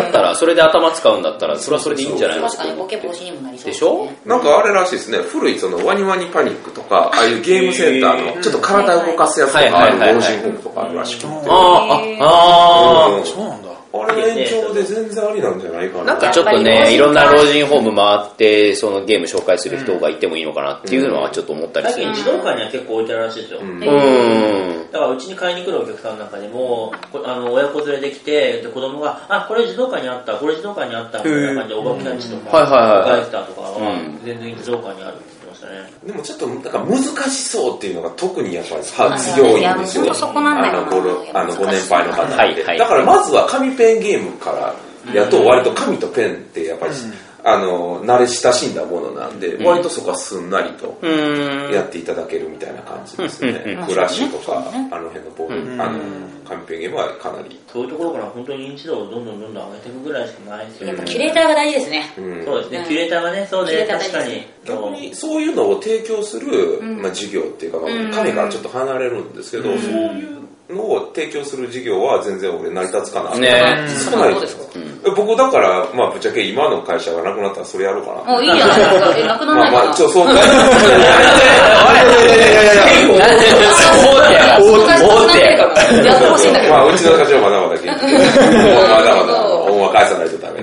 Speaker 6: ったら、それで頭使うんだったら、それはそれでいいんじゃないの
Speaker 5: 確かにボケ防止にもなりそう
Speaker 6: でしょ
Speaker 1: なんかあれらしいですね、古いそのワニワニパニックとか、ああいうゲームセンターのちょっと体動かすやつとかある
Speaker 6: はいはいはい
Speaker 1: 老
Speaker 6: はい
Speaker 1: 人ホームとかあるらしくて、
Speaker 6: ああ、ああー、
Speaker 2: そうなんだ
Speaker 1: あれの延長で全然ありなんじゃないかな。
Speaker 6: なんかちょっと
Speaker 5: やっぱ
Speaker 6: ね、
Speaker 5: り
Speaker 6: いろんな老人ホーム回って、そのゲーム紹介する人がいてもいいのかなっていうのはちょっと思ったり
Speaker 4: 最
Speaker 6: する
Speaker 4: 近。自動館には結構置いてあるらしいですよ。
Speaker 6: うーん。
Speaker 4: だからうちに買いに来るお客さんなんかでも、こあの親子連れできて、で子供が、あ、これ自動館にあった、これ自動館にあった、みたいな感じで、おばきたちとか、
Speaker 6: はいはいはい
Speaker 4: おかえしたとかは、全然自動館にあるって言ってましたね。
Speaker 1: でもちょっとなんか難しそうっていうのが特にやっぱり強いんですよ。
Speaker 5: いやほんとそこなんだよな
Speaker 1: あのごろあのご年配の方で、
Speaker 6: はいはい
Speaker 1: だからまずは紙ペンゲームからやと割と紙とペンってやっぱり、あの慣れ親しんだものなんで、割とそこはすんなりと。
Speaker 6: うーん。
Speaker 1: やっていただけるみたいな感じですね。
Speaker 5: んうん
Speaker 1: ブラシとか、
Speaker 5: そうね
Speaker 1: あの辺のボール、あの、紙ペンゲームはかなり。
Speaker 4: そういうところから本当に認知度をどんどんどんどん上げていくぐらいしかないですよ
Speaker 5: やっ
Speaker 4: ね
Speaker 5: ぱ。キュレーターが大事ですね
Speaker 1: うん
Speaker 4: そうです
Speaker 5: う
Speaker 4: ね
Speaker 5: ん、
Speaker 4: キュレーターがね、そう
Speaker 5: キュレ
Speaker 4: ね、
Speaker 5: ーター
Speaker 4: 確かに。
Speaker 1: 逆にそういうのを提供する、まあ、事業っていうか、まあ、紙からちょっと離れるんですけど、そういうのを提供する事業は全然俺成り立つかなって
Speaker 6: ね
Speaker 1: 少ないです僕だから、まあ、ぶっちゃけ今の会社がなくなったらそれやろうかな。
Speaker 5: もういいじゃないですかえなくな
Speaker 1: まあ
Speaker 5: らない
Speaker 1: ま
Speaker 5: か
Speaker 1: あ、
Speaker 5: な
Speaker 1: ちょ、そう、そう
Speaker 6: なんで、そうってやが
Speaker 5: そんなそんな
Speaker 6: そうってやが
Speaker 5: やってほしいんだけど
Speaker 1: まあ、うちの会社はまだまだ元気。まだまだ大返さないとダメ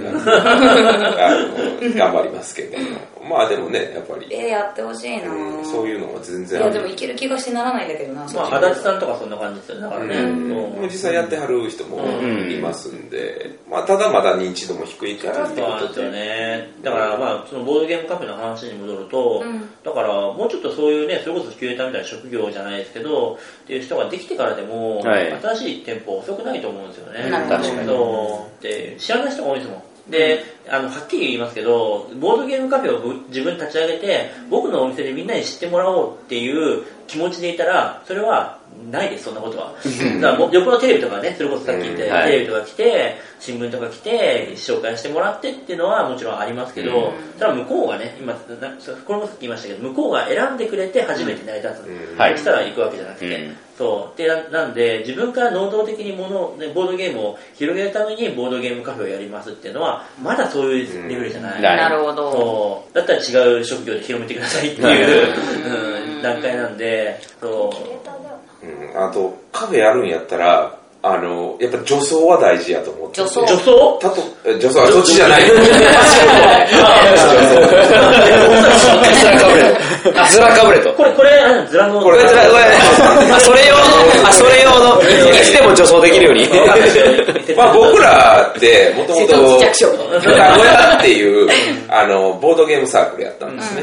Speaker 1: な んであの頑張りますけどもまあでもねやっぱり、
Speaker 5: えー、やってほしいな、
Speaker 1: うんそういうのは全
Speaker 5: い
Speaker 1: 然あ
Speaker 5: や
Speaker 1: る
Speaker 5: でもいける気がしてならないんだけどな、
Speaker 4: まあ、足立さんとかそんな感じですよね。だからね。
Speaker 1: もう
Speaker 4: うん
Speaker 1: 実際やってはる人もいますんで、まあ、ただまだ認知度も低いからって
Speaker 4: そう
Speaker 1: こ
Speaker 4: なんで
Speaker 1: と
Speaker 4: す
Speaker 1: で、
Speaker 4: よね。だから、まあ、そのボードゲームカフェの話に戻ると、
Speaker 5: うん
Speaker 4: だから、もうちょっとそういうね、それこそキュレーターみたいな職業じゃないですけど、っていう人ができてからでも、
Speaker 6: はい
Speaker 4: 新しい店舗遅くないと思うんですよね。
Speaker 5: なるほど確
Speaker 6: かに
Speaker 4: そう。で、知らない人が多いですもん。で、あの、はっきり言いますけど、ボードゲームカフェを自分で立ち上げて、僕のお店でみんなに知ってもらおうっていう気持ちでいたら、それはないです、そんなこと は。だからもう、横のテレビとかね、それこそさっき言ったように
Speaker 6: うんはい
Speaker 4: テレビとか来て、新聞とか来て、紹介してもらってっていうのはもちろんありますけど、ただ向こうがね、今、なそうこれもさっき言いましたけど、向こうが選んでくれて初めて成り立つ。
Speaker 1: うん
Speaker 6: はい
Speaker 4: したら行くわけじゃなくて。
Speaker 6: うん
Speaker 4: そう。で、ななんで、自分から能動的にもの、ね、ボードゲームを広げるためにボードゲームカフェをやりますっていうのは、まだそういうレベルじゃない。
Speaker 6: うんな
Speaker 5: なるほど
Speaker 4: そうだったら違う職業で広めてくださいっていう、うん段階なんで、そう。
Speaker 1: うん、あとカフェやるんやったらあのやっぱ女装は大事やと思ってて
Speaker 5: 女装
Speaker 4: 女装
Speaker 1: たとえ女装はそっちじゃない
Speaker 6: ずらかぶれと。ずらかぶれと。
Speaker 4: これ、これ、あのズラの、
Speaker 1: これ
Speaker 6: これこれあ、それ用の、あ、それ用の、いつでも助走できるように。
Speaker 1: まあ僕らってもとも
Speaker 5: 瀬
Speaker 1: と
Speaker 5: 戸内
Speaker 1: 歌
Speaker 5: 寂
Speaker 1: 小
Speaker 5: 聴
Speaker 1: 屋っていうあのボードゲームサークルやったんです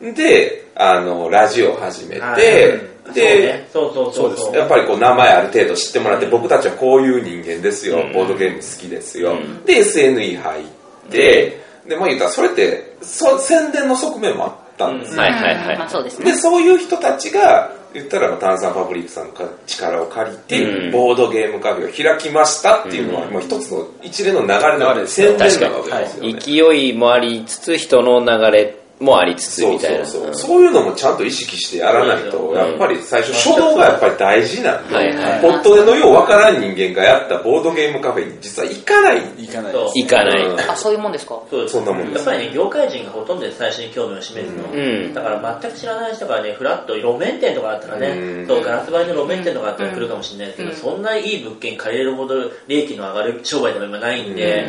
Speaker 1: ね、であのラジオを始めて、
Speaker 4: はい
Speaker 1: で、
Speaker 4: そうね、そうそうそう。
Speaker 1: やっぱりこう名前ある程度知ってもらって、僕たちはこういう人間ですよ、ボードゲーム好きですよ、で SNE 入って、でまあ言ったらそれってそ宣伝の側面もあったんですよ、
Speaker 6: はいはい
Speaker 5: ま
Speaker 6: は
Speaker 5: あそうです
Speaker 1: で
Speaker 5: ね
Speaker 1: そういう人たちが言ったらまあ炭酸パブリックさんの力を借りて、
Speaker 6: うん
Speaker 1: ボードゲームカフェを開きましたっていうのは、もう一つの一連の流れなわけです宣伝なわけですよね、
Speaker 6: い。勢いもありつつ、人の流れもありつつ
Speaker 1: そう
Speaker 6: みたい
Speaker 1: そうそう、
Speaker 6: な。うん
Speaker 1: そういうのもちゃんと意識してやらない
Speaker 4: そ
Speaker 1: と
Speaker 4: う
Speaker 1: やっぱり最初初動がやっぱり大事なんで、
Speaker 6: はいはい
Speaker 1: ポットでのようわからん人間がやったボードゲームカフェに実は行かない、
Speaker 2: いかない
Speaker 4: そう
Speaker 6: 行かない。
Speaker 1: うん
Speaker 5: あそういうもんですか
Speaker 4: そうです
Speaker 1: そんなもんで
Speaker 4: や
Speaker 1: す
Speaker 4: っぱりね、業界人がほとんどで最初に興味を示すの。
Speaker 6: ん
Speaker 4: だから全く知らない人がね、フラッと路面店とかあったらね、
Speaker 1: うん
Speaker 4: そう、ガラス張りの路面店とかあったら来るかもしれないですけど、
Speaker 5: うん
Speaker 4: そんないい物件借りれるほど利益の上がる商売でも今ないんで、で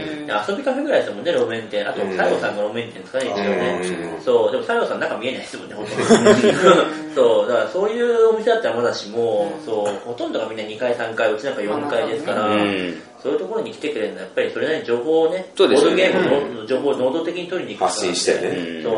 Speaker 4: 遊びカフェぐらいですもんね、路面店。あと、
Speaker 1: うん
Speaker 4: 西郷さんが路面店ですかね、一応ね。
Speaker 1: うん
Speaker 4: そう、でも西郷さん中見えないですもんね、ほとんど。そう、だからそういうお店だったらまだしも、そう、ほとんどがみんな2階、3階、うちなんか4階ですから、
Speaker 6: うん
Speaker 4: そういうところに来てくれるのは、やっぱりそれなりに情報をね、
Speaker 6: そうです
Speaker 4: ボ
Speaker 6: よ
Speaker 4: ードゲ
Speaker 6: ね
Speaker 4: ームの情報を能動的に取りに行くから
Speaker 1: 発信してね
Speaker 4: そ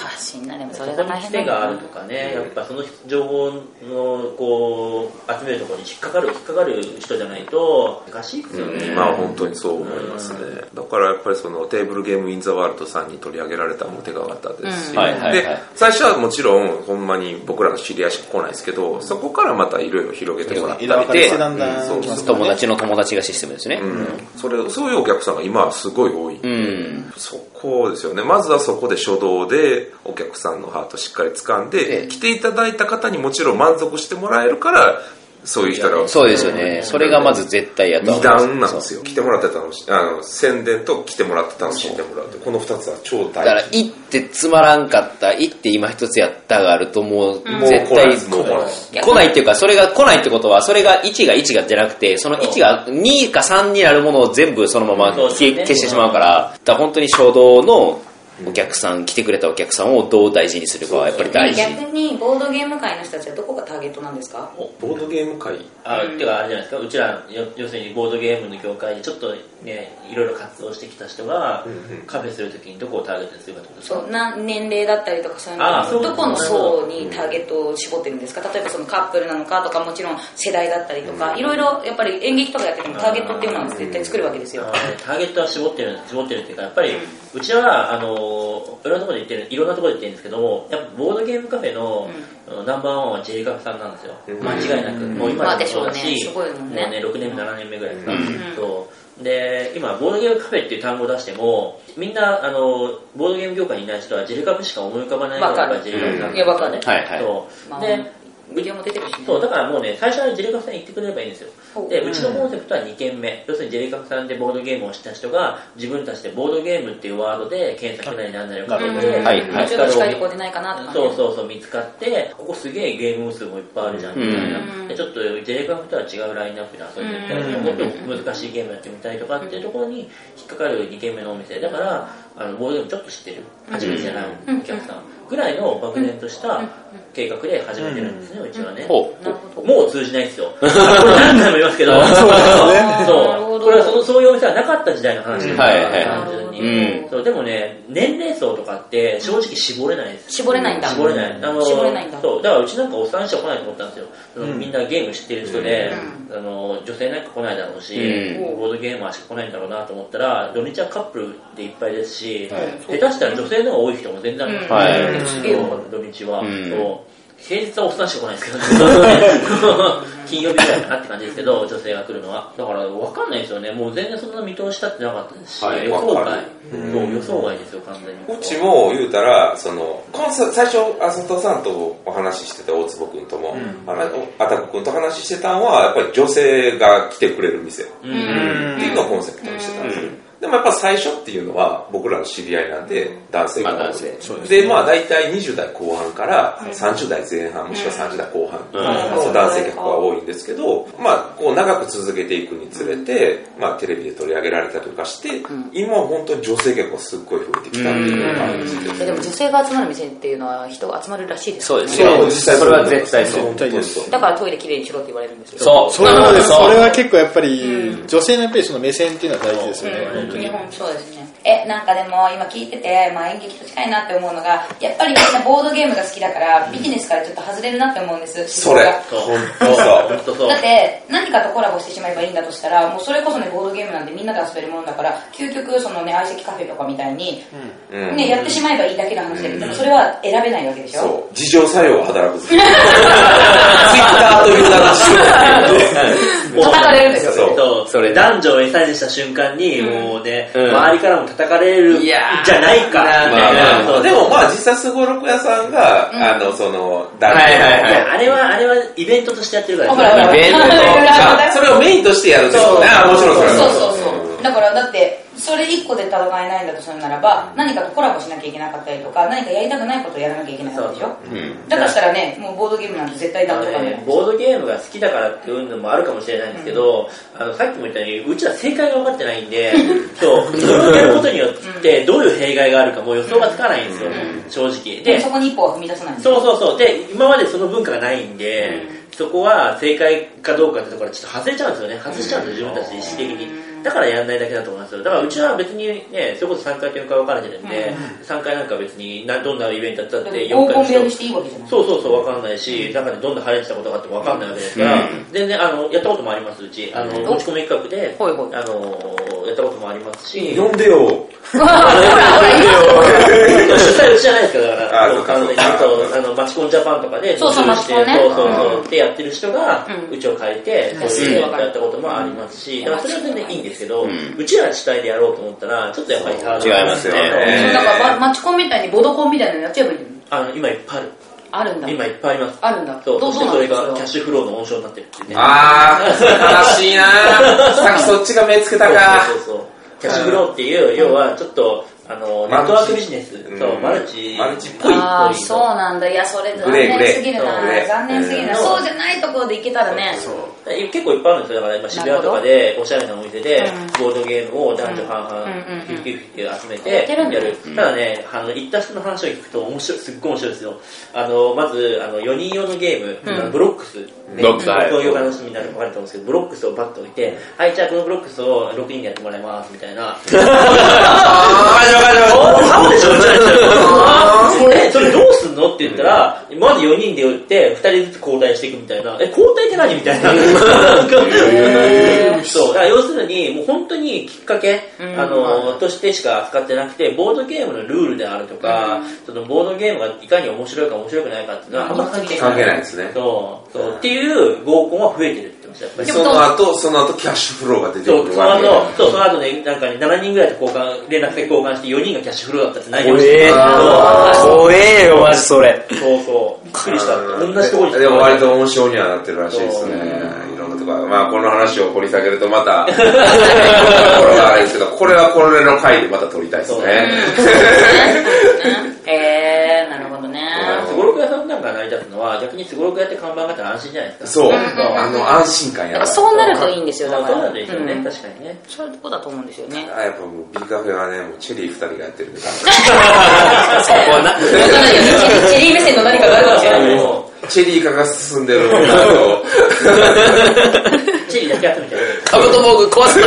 Speaker 4: う。
Speaker 5: 発信なでも
Speaker 4: そ
Speaker 5: そ
Speaker 4: こ
Speaker 5: れ
Speaker 4: に
Speaker 5: が大
Speaker 4: 規制
Speaker 5: 変
Speaker 4: があ
Speaker 5: だ
Speaker 4: る
Speaker 5: な
Speaker 4: とかね、やっぱその情報のこう集めるところに引っかかる、引っかかる人じゃないと、難しいですよね。
Speaker 1: まあ本当にそう思いますね、だからやっぱりそのテーブルゲームインザワールドさんに取り上げられたのも手がかったですし、
Speaker 6: うんはいはいはい
Speaker 1: で最初はもちろんほんまに僕らの知り合いしか来ないですけどそこからまたいろいろ広げてもらったり
Speaker 2: 枝分かれしてだん
Speaker 1: う
Speaker 2: だ
Speaker 1: ん
Speaker 2: ん
Speaker 1: そう
Speaker 2: 来ますからね
Speaker 6: 友達の友達がシステムですね。
Speaker 1: うんそれそういうお客さんが今はすごい多い、
Speaker 6: うん。
Speaker 1: そこですよねまずはそこで初動でお客さんのハートしっかり掴んで、来ていただいた方にもちろん満足してもらえるからそういう人らを
Speaker 6: そうですよね。それがまず絶対やとは
Speaker 1: 二
Speaker 6: 思います
Speaker 1: 段なんですよ来てもらって楽しあの宣伝と来てもらって楽しんでもらうとこの二つは超
Speaker 6: だから
Speaker 1: 大、事
Speaker 6: 行ってつまらんかった、行って今一つやったがあると、もう
Speaker 1: もう
Speaker 6: 絶
Speaker 1: 来ない
Speaker 6: 対
Speaker 1: ですもう来ない
Speaker 6: 来ないっていうか、それが来ないってことは、それが1が1がじゃなくて、その1が2か3になるものを全部そのまま
Speaker 4: そうです
Speaker 6: 消
Speaker 4: ね
Speaker 6: え消してしまうから、だから本当に衝動のお客さん、来てくれたお客さんをどう大事にするかはやっぱり大事。
Speaker 5: 逆にボードゲーム界の人たちはどこがターゲットなんですか
Speaker 1: ボードゲーム会
Speaker 4: あてかあれじゃないですか、うちらよ要するにボードゲームの業界でちょっとね、いろいろ活動してきた人が、カフェするときにどこをターゲットにするかってことですか
Speaker 5: そうな年齢だったりとかそういう
Speaker 4: あーそうです
Speaker 5: のど
Speaker 4: ね
Speaker 5: この層にターゲットを絞ってるんですか例えばそのカップルなのかとかもちろん世代だったりとかいろいろやっぱり演劇とかやっててもターゲットっていうのは絶対作るわけですよ
Speaker 4: あのねターゲットは絞ってる絞ってるっていうかやっぱりうちはあのいろんなところで言ってるいろんなところで言ってるんですけどもやっぱボードゲームカフェの、あのナンバーワンは J カフさんなんですよ間違いなく、もう今でもそうだ
Speaker 5: まあで
Speaker 4: し、
Speaker 5: しょうねすごいもんね
Speaker 4: もうね6年目7年目ぐらいですか、そうで今ボードゲームカフェっていう単語を出してもみんなあのボードゲーム業界にいない人はジェルカフしか思い浮かばないの
Speaker 5: わか
Speaker 4: が
Speaker 5: る
Speaker 4: やっぱりジェルカフさんなん
Speaker 5: いやわかる
Speaker 6: はいはい
Speaker 4: そう
Speaker 5: まあ
Speaker 4: で
Speaker 5: ビデオも出てるしね
Speaker 4: そうだからもうね最初はジェルカフさん行ってくれればいいんですよ
Speaker 5: ほう
Speaker 4: でうちのコンセプトは2件目要するにジェリカクさんでボードゲームを知った人が自分たちでボードゲームっていうワードで検索なりなんなりをかけて、
Speaker 5: うん
Speaker 6: はいはい
Speaker 5: ちょっと近いとこでないかなとかね
Speaker 4: そうそうそう見つかってここすげえゲーム数もいっぱいあるじゃんみたいな、
Speaker 5: うん
Speaker 4: でちょっとジェレカフとは違うラインナップで遊んでみたりとか、もっと難しいゲームやってみたいとかっていうところに引っかかる2軒目のお店だからあのボードゲームちょっと知ってる初めてじゃないお客さんぐらいの漠然とした計画で始めてるんですねうちはね、
Speaker 6: ほう。
Speaker 5: なるほど
Speaker 4: もう通じない ですよ。これ何回も言いますけど。そう
Speaker 5: なるほど
Speaker 4: これはその、そういうお店はなかった時代の話ですから
Speaker 6: はいはい
Speaker 4: 単純に
Speaker 6: うん
Speaker 4: そう、でもね、年齢層とかって正直絞れないです。
Speaker 5: 絞れないんだ
Speaker 4: 絞れない。あの
Speaker 5: 絞れないんだ
Speaker 4: そう、だからうちなんかおっさんしか来ないと思ったんですよ。そのみんなゲーム知ってる人で、あの、女性なんか来ないだろうし、
Speaker 6: うん
Speaker 4: ボードゲーマーしか来ないんだろうなと思ったら、土日はカップルでいっぱいですし、下手したら女性の方が多い人も全然あるんですよ
Speaker 6: うんはい
Speaker 4: すげえ多かった土日は。
Speaker 6: うん
Speaker 4: そう平日はおっさんしか来ないですけど、 金曜日ぐらいかなって感じですけど、女性が来るのは。だから分かんないですよね。もう全然そんな見通し立ってなかったですし、
Speaker 6: はい
Speaker 4: 予想
Speaker 1: わか
Speaker 4: 外。そう、予想外ですよ、完全に。
Speaker 1: うちも言うたら、その、コンサ最初、あさとさんとお話ししてた大坪君とも、あのあたく君と話してたんは、やっぱり女性が来てくれる店って
Speaker 4: うん
Speaker 1: いうのをコンセプトにしてたんですよ。でもやっぱ最初っていうのは僕らの知り合いなんで男性が
Speaker 6: まあ
Speaker 1: 多
Speaker 6: 男
Speaker 1: く
Speaker 6: 性
Speaker 1: て、でまあ大体20代後半から30代前半もしくは30代後半の男性客が多いんですけど、まあこう長く続けていくにつれて、まあテレビで取り上げられたりとかして、今は本当に女性客がすっごい増えてきたっていうのがあるんですよ
Speaker 5: えでも女性が集まる店っていうのは人が集まるらしいです
Speaker 6: そう
Speaker 5: よ
Speaker 6: で
Speaker 5: ね
Speaker 6: すよ。それは絶対そう。
Speaker 2: 対です
Speaker 5: だからトイレきれいにしろって言われるんですよ
Speaker 6: そう。
Speaker 2: それはねそ
Speaker 6: そう
Speaker 2: れは結構やっぱり、女性のやっぱりその目線っていうのは大事ですよね、本当
Speaker 5: 日
Speaker 2: に。
Speaker 5: 本そうですねえなんかでも今聞いてて、まあ、演劇と近いなって思うのがやっぱりみんなボードゲームが好きだからビジネスからちょっと外れるなって思うんです
Speaker 1: それ
Speaker 5: 思
Speaker 4: そ
Speaker 5: 想
Speaker 4: う。
Speaker 1: 本当そう
Speaker 4: 本当そう
Speaker 5: がだ。って何かとコラボしてしまえばいいんだとしたらもうそれこそねボードゲームなんでみんなで遊べるものだから究極そのね相席カフェとかみたいに、
Speaker 1: うん
Speaker 5: ね、やってしまえばいいだけの話だけど、でもそれは選べないわけでしょ
Speaker 1: そう。自浄作用が働く。ツイッターという形
Speaker 4: もう
Speaker 5: 叩かれるんですよ
Speaker 1: そう
Speaker 4: そう
Speaker 6: それ
Speaker 4: 男女を餌にした瞬間に、もうね、
Speaker 6: うん
Speaker 4: 周りからも叩かれる
Speaker 6: い
Speaker 4: じ
Speaker 6: やー
Speaker 4: ゃないか。
Speaker 6: なん
Speaker 1: まあまあ
Speaker 4: そう
Speaker 1: でもまあ実際すごろく屋さんが、あの、その、男女
Speaker 6: はいはい
Speaker 4: いやあれは、あれはイベントとしてやってるから
Speaker 5: ほらほら
Speaker 6: イベントとか
Speaker 1: あそれをメインとしてやるんですよね。あもちろんそれ
Speaker 5: そう
Speaker 1: は
Speaker 5: そうそうだからだってそれ一個で戦えないんだとするならば何かとコラボしなきゃいけなかったりとか何かやりたくないことをやらなきゃいけないわけでしょだからしたらねもうボードゲームなんて絶対
Speaker 4: あ
Speaker 5: ダ
Speaker 4: の
Speaker 5: メとか
Speaker 4: ね
Speaker 5: ね、
Speaker 4: ボードゲームが好きだからっていうのもあるかもしれないんですけど、あのさっきも言ったようにうちら正解が分かってないんでそうそれをやることによってどういう弊害があるかもう予想がつかないんですよ、正直
Speaker 5: でも
Speaker 4: で
Speaker 5: そこに一歩は踏み出さないんです
Speaker 4: そ
Speaker 5: よ
Speaker 4: うそうそうで今までその文化がないんで、そこは正解かどうかってところはちょっと外れちゃうんですよね外しちゃうんですよ自分たちで意識的にだからやんないだけだと思いますよだからうちは別にねそれこそ3回と4回分かれてるんで、3回なんか別になどんなイベントだったっ
Speaker 5: だってて
Speaker 4: 4
Speaker 5: 黄
Speaker 4: 回
Speaker 5: 金
Speaker 4: し
Speaker 5: 部
Speaker 4: よ
Speaker 5: 屋
Speaker 4: う
Speaker 5: にしていいわけじゃない
Speaker 4: そうそうそう、わかんないし、中でどんな流行ってたことがあってもわかんないわけですから、全然、あの、やったこともあります、うち。あの、持ち込み企画で、
Speaker 5: ほいほい
Speaker 4: あの、やったこともありますし、
Speaker 1: 呼んでよ。
Speaker 4: 主催うちじゃないですけど、だから、
Speaker 1: あ
Speaker 4: そう
Speaker 1: そうか
Speaker 4: 完全に
Speaker 1: そうか
Speaker 4: あの、マチコンジャパンとかで、
Speaker 5: そうそう
Speaker 4: 募集して
Speaker 5: マチコンね
Speaker 4: そうそうそう、ってやってる人が、
Speaker 5: う
Speaker 4: うちを借りて、
Speaker 5: ん
Speaker 4: そういうのをやったこともありますし、だからそれは全然いいんですけど、うちら主体でやろうと思ったら、ちょっとやっぱりハードルが
Speaker 6: 違いますね
Speaker 5: そうだからママチコンみたいにボドコンみたいなのやっちゃえばいいのに
Speaker 4: あの、今いっぱいある。
Speaker 5: あるんだ
Speaker 4: 今いっぱいあります。
Speaker 5: あるんだ
Speaker 4: そう、
Speaker 5: ど
Speaker 4: そうして
Speaker 5: どう
Speaker 4: そ
Speaker 5: な
Speaker 4: れ
Speaker 5: んです
Speaker 4: が
Speaker 5: か
Speaker 4: キャッシュフローの温床になってるっていうね。
Speaker 1: あー、悲しいなさっきそっちが目つけたか。
Speaker 4: そうそうそうキャッシュフローっていう、要はちょっと、あの、ネットワークビジネス、そう、マルチ。
Speaker 1: マルチっぽい。
Speaker 5: ああ
Speaker 4: ぽい
Speaker 5: そうなんだいやそれ残
Speaker 1: グレーグレー
Speaker 5: 念すぎる
Speaker 4: そ
Speaker 5: な
Speaker 4: う
Speaker 1: グレー
Speaker 5: 残念すぎるな
Speaker 4: うん
Speaker 5: そうじゃないところで行けたらね
Speaker 4: 結構いっぱいあるんですよ。だから今渋谷とかで、おしゃれなお店で、ボードゲームを男女半々、
Speaker 5: うん
Speaker 4: 50-50集め
Speaker 5: やってて
Speaker 4: や
Speaker 5: るんだ
Speaker 4: る。ただね、あの、行った人の話を聞くと面白い、すっごい面白いですよ。あの、まず、あの、4人用のゲーム、あのブロックス。
Speaker 6: ブロックスはい
Speaker 4: 東京楽しみになるか分かると思うんですけど、ブロックスをバッと置いて、はい、じゃあこのブロックスを6人でやってもらいます、みたいな。ハモでしょみたいな。え、それどうすんのって言ったら、まず4人で打って、2人ずつ交代していくみたいな。え、交代って何みたいな。そう。だから要するに、もう本当にきっかけ、あの、としてしか扱ってなくて、ボードゲームのルールであるとか、そのボードゲームがいかに面白いか面白くないかっていうのは、あんま関係ない。
Speaker 1: 関係ないですね。
Speaker 4: そう。そう。っていう合コンは増えてるって言ってました、やっぱり。
Speaker 1: その後、その後キャッシュフローが出てく
Speaker 4: そう、
Speaker 1: る
Speaker 4: その
Speaker 1: わけ
Speaker 4: 後、そう、その後ね、なんかね、7人ぐらいと交換、連絡先交換して4人がキャッシュフローだったって内容
Speaker 6: 怖
Speaker 4: して
Speaker 6: えな怖えよ、マジそれ。
Speaker 4: そうそう。びっくりした。同じところに
Speaker 1: でも割と面白にはなってるらしいですね。いろんなとことか、まあこの話を掘り下げるとまた、ところがあれですけど、これはこれの回でまた撮りたいですね。
Speaker 5: へえー、なるほどね。
Speaker 4: すごろく屋さんなんか成り立つのは、逆にすごろく屋って看板があったら安心じゃないですか。
Speaker 1: そう、あの安心感や
Speaker 5: やっ
Speaker 1: ば
Speaker 5: ぱ
Speaker 1: い
Speaker 5: そうなるといいんですよ、だ
Speaker 4: まあ
Speaker 5: から。
Speaker 4: そうなんですよね、
Speaker 5: うん
Speaker 4: 確かにね。
Speaker 5: そういうとこだと思うんですよね。
Speaker 1: あやっぱもう B カフェはね、もうチェリー2人がやってるんで、
Speaker 6: そこはな。
Speaker 5: わからないよね。チリ目線の何かがあるかもしれない。
Speaker 1: チェリー化が進んでるのと、
Speaker 4: チリだけやってみたいな。
Speaker 6: カブト防具壊すな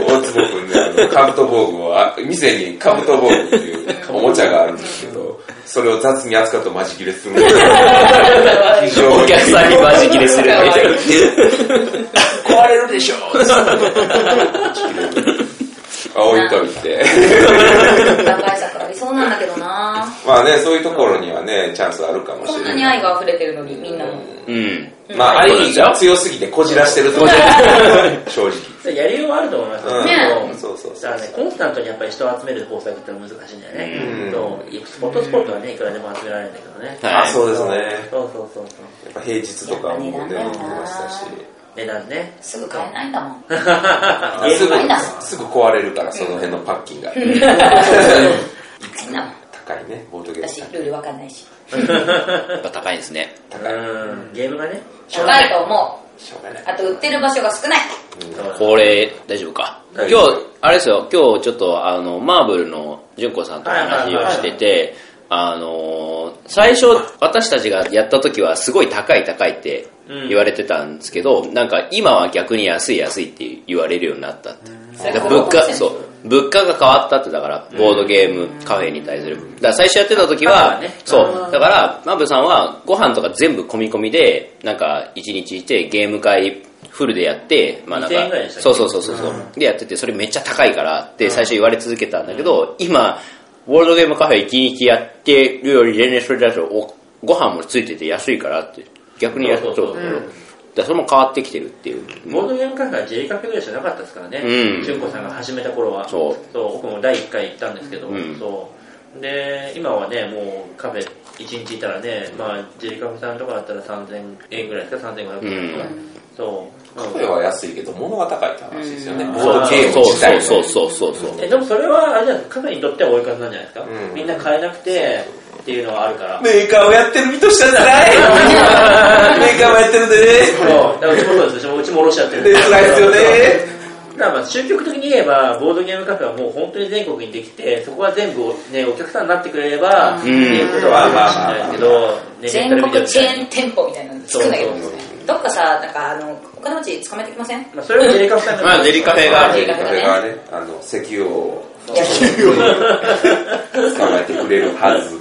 Speaker 1: 大坪君ね、あのカブト防具を、あ店にカブト防具っていうおもちゃがあるんですけど、それを雑に扱うとマジ切れするん ですよ。非常
Speaker 6: お客さんにマジ切れするね。
Speaker 4: 壊れるでしょ
Speaker 1: 青い鳥って。
Speaker 5: 打開策ありそうなんだけどな
Speaker 1: まあね、そういうところにはね、チャンスあるかもし
Speaker 5: こんな
Speaker 1: れ
Speaker 5: に
Speaker 1: ない。
Speaker 5: 愛が溢れてるのに、みんなも。
Speaker 6: うん。
Speaker 1: まあ、愛が強すぎてこじらしてると思う。正直。
Speaker 4: う。やりようはあると思いますけど
Speaker 1: うん
Speaker 5: ね
Speaker 1: そうそうそ
Speaker 4: だ
Speaker 1: う。
Speaker 4: からね、コンスタントにやっぱり人を集める方策ってのは難しいんだよ
Speaker 1: うん
Speaker 4: ね。そうスポットスポットはね、いくらでも集められるんだけどね。
Speaker 6: はい
Speaker 1: あ、そうですね。
Speaker 4: そうそうそうそう。
Speaker 1: やっぱ平日とかもね、
Speaker 5: やっぱ値段だよな
Speaker 1: 見てましたし。
Speaker 4: 値段ね。
Speaker 5: すぐ買えないんだもん。
Speaker 1: あす
Speaker 5: やばいな
Speaker 1: ぐ、すぐ壊れるから、その辺のパッキンが。
Speaker 5: 買えないもん。
Speaker 1: 高いね、ボードゲーム
Speaker 5: 私、ルールわかんないし。
Speaker 6: やっぱ高いですね。
Speaker 1: 高い。
Speaker 4: うん、ゲームがね。
Speaker 5: 高いと思う。
Speaker 1: しょうがない。
Speaker 5: あと、売ってる場所が少ない。
Speaker 4: そう
Speaker 6: これ、大丈夫か。今
Speaker 1: 大
Speaker 6: 日
Speaker 1: 丈夫、
Speaker 6: あれですよ、今日ちょっと、あの、マーブルの純子さんとお話をしてて、あのー、最初、私たちがやった時は、すごい高い高いって言われてたんですけど、なんか今は逆に安い安いって言われるようになったって。だから物価、そう、物価が変わったって、だから、ボードゲーム、カフェに対する。だから最初やってた時
Speaker 4: あ
Speaker 6: は
Speaker 4: ね、
Speaker 6: そう、だから、マーブルさんは、ご飯とか全部込み込みで、なんか、1日いて、ゲーム会、フルでやって、まあなん
Speaker 4: 2000円ぐらい
Speaker 6: か、
Speaker 4: でしたっけ
Speaker 6: そうそうそうそうそう、でやっててそれめっちゃ高いからって最初言われ続けたんだけど、今ボールドゲームカフェ1日やってるより全然それだとおご飯もついてて安いからって逆にやっと
Speaker 4: そうそうそう
Speaker 6: だからそれも変わってきてるっていう、
Speaker 4: ボードゲームカフェは J カフェぐらいしかなかったですからね、
Speaker 6: うん
Speaker 4: 純子さんが始めた頃は、
Speaker 6: そう
Speaker 4: 僕も第1回行ったんですけど、
Speaker 6: うん
Speaker 4: そうで今はね、もうカフェ1日いたらね、まあ、J カフェさんとかだったら3000円ぐらいですか、3500円とか、そう
Speaker 1: カフェは安いけど、物が高いって話ですよね。
Speaker 4: うん
Speaker 1: ボードゲーム
Speaker 6: そう
Speaker 1: 自体の
Speaker 6: そうそうそうそうそう
Speaker 4: えでもそれはあれじゃないですかカフェにとっては追い風なんじゃないですか、
Speaker 1: うん
Speaker 4: みんな買えなくてっていうのはあるから。
Speaker 1: メーカーをやってる身としては辛いメーカーもやってるんで
Speaker 4: そう
Speaker 1: ね。
Speaker 4: だからうちもそうですようちも卸しちゃってるん
Speaker 1: で、辛いですよね。
Speaker 4: だからまあ終局的に言えば、ボードゲームカフェはもう本当に全国にできて、そこは全部、ね、お客さんになってくれれば、っていうことはあるかもしれないですけど、ね
Speaker 5: 全
Speaker 4: レンタルビデオ
Speaker 5: 国
Speaker 4: み
Speaker 5: チ
Speaker 4: たい
Speaker 5: ェ
Speaker 4: な
Speaker 5: ーン店舗みたいなの作んなきゃいけないですね。どっかさ、なんか、あの、お金持ち捕まえてきません
Speaker 4: まあ、それはデリカフェさんが
Speaker 6: まあデリカフェが
Speaker 5: あ
Speaker 1: メ
Speaker 5: る
Speaker 1: ーカーがね、あの、石油王を捕まえてくれるはず。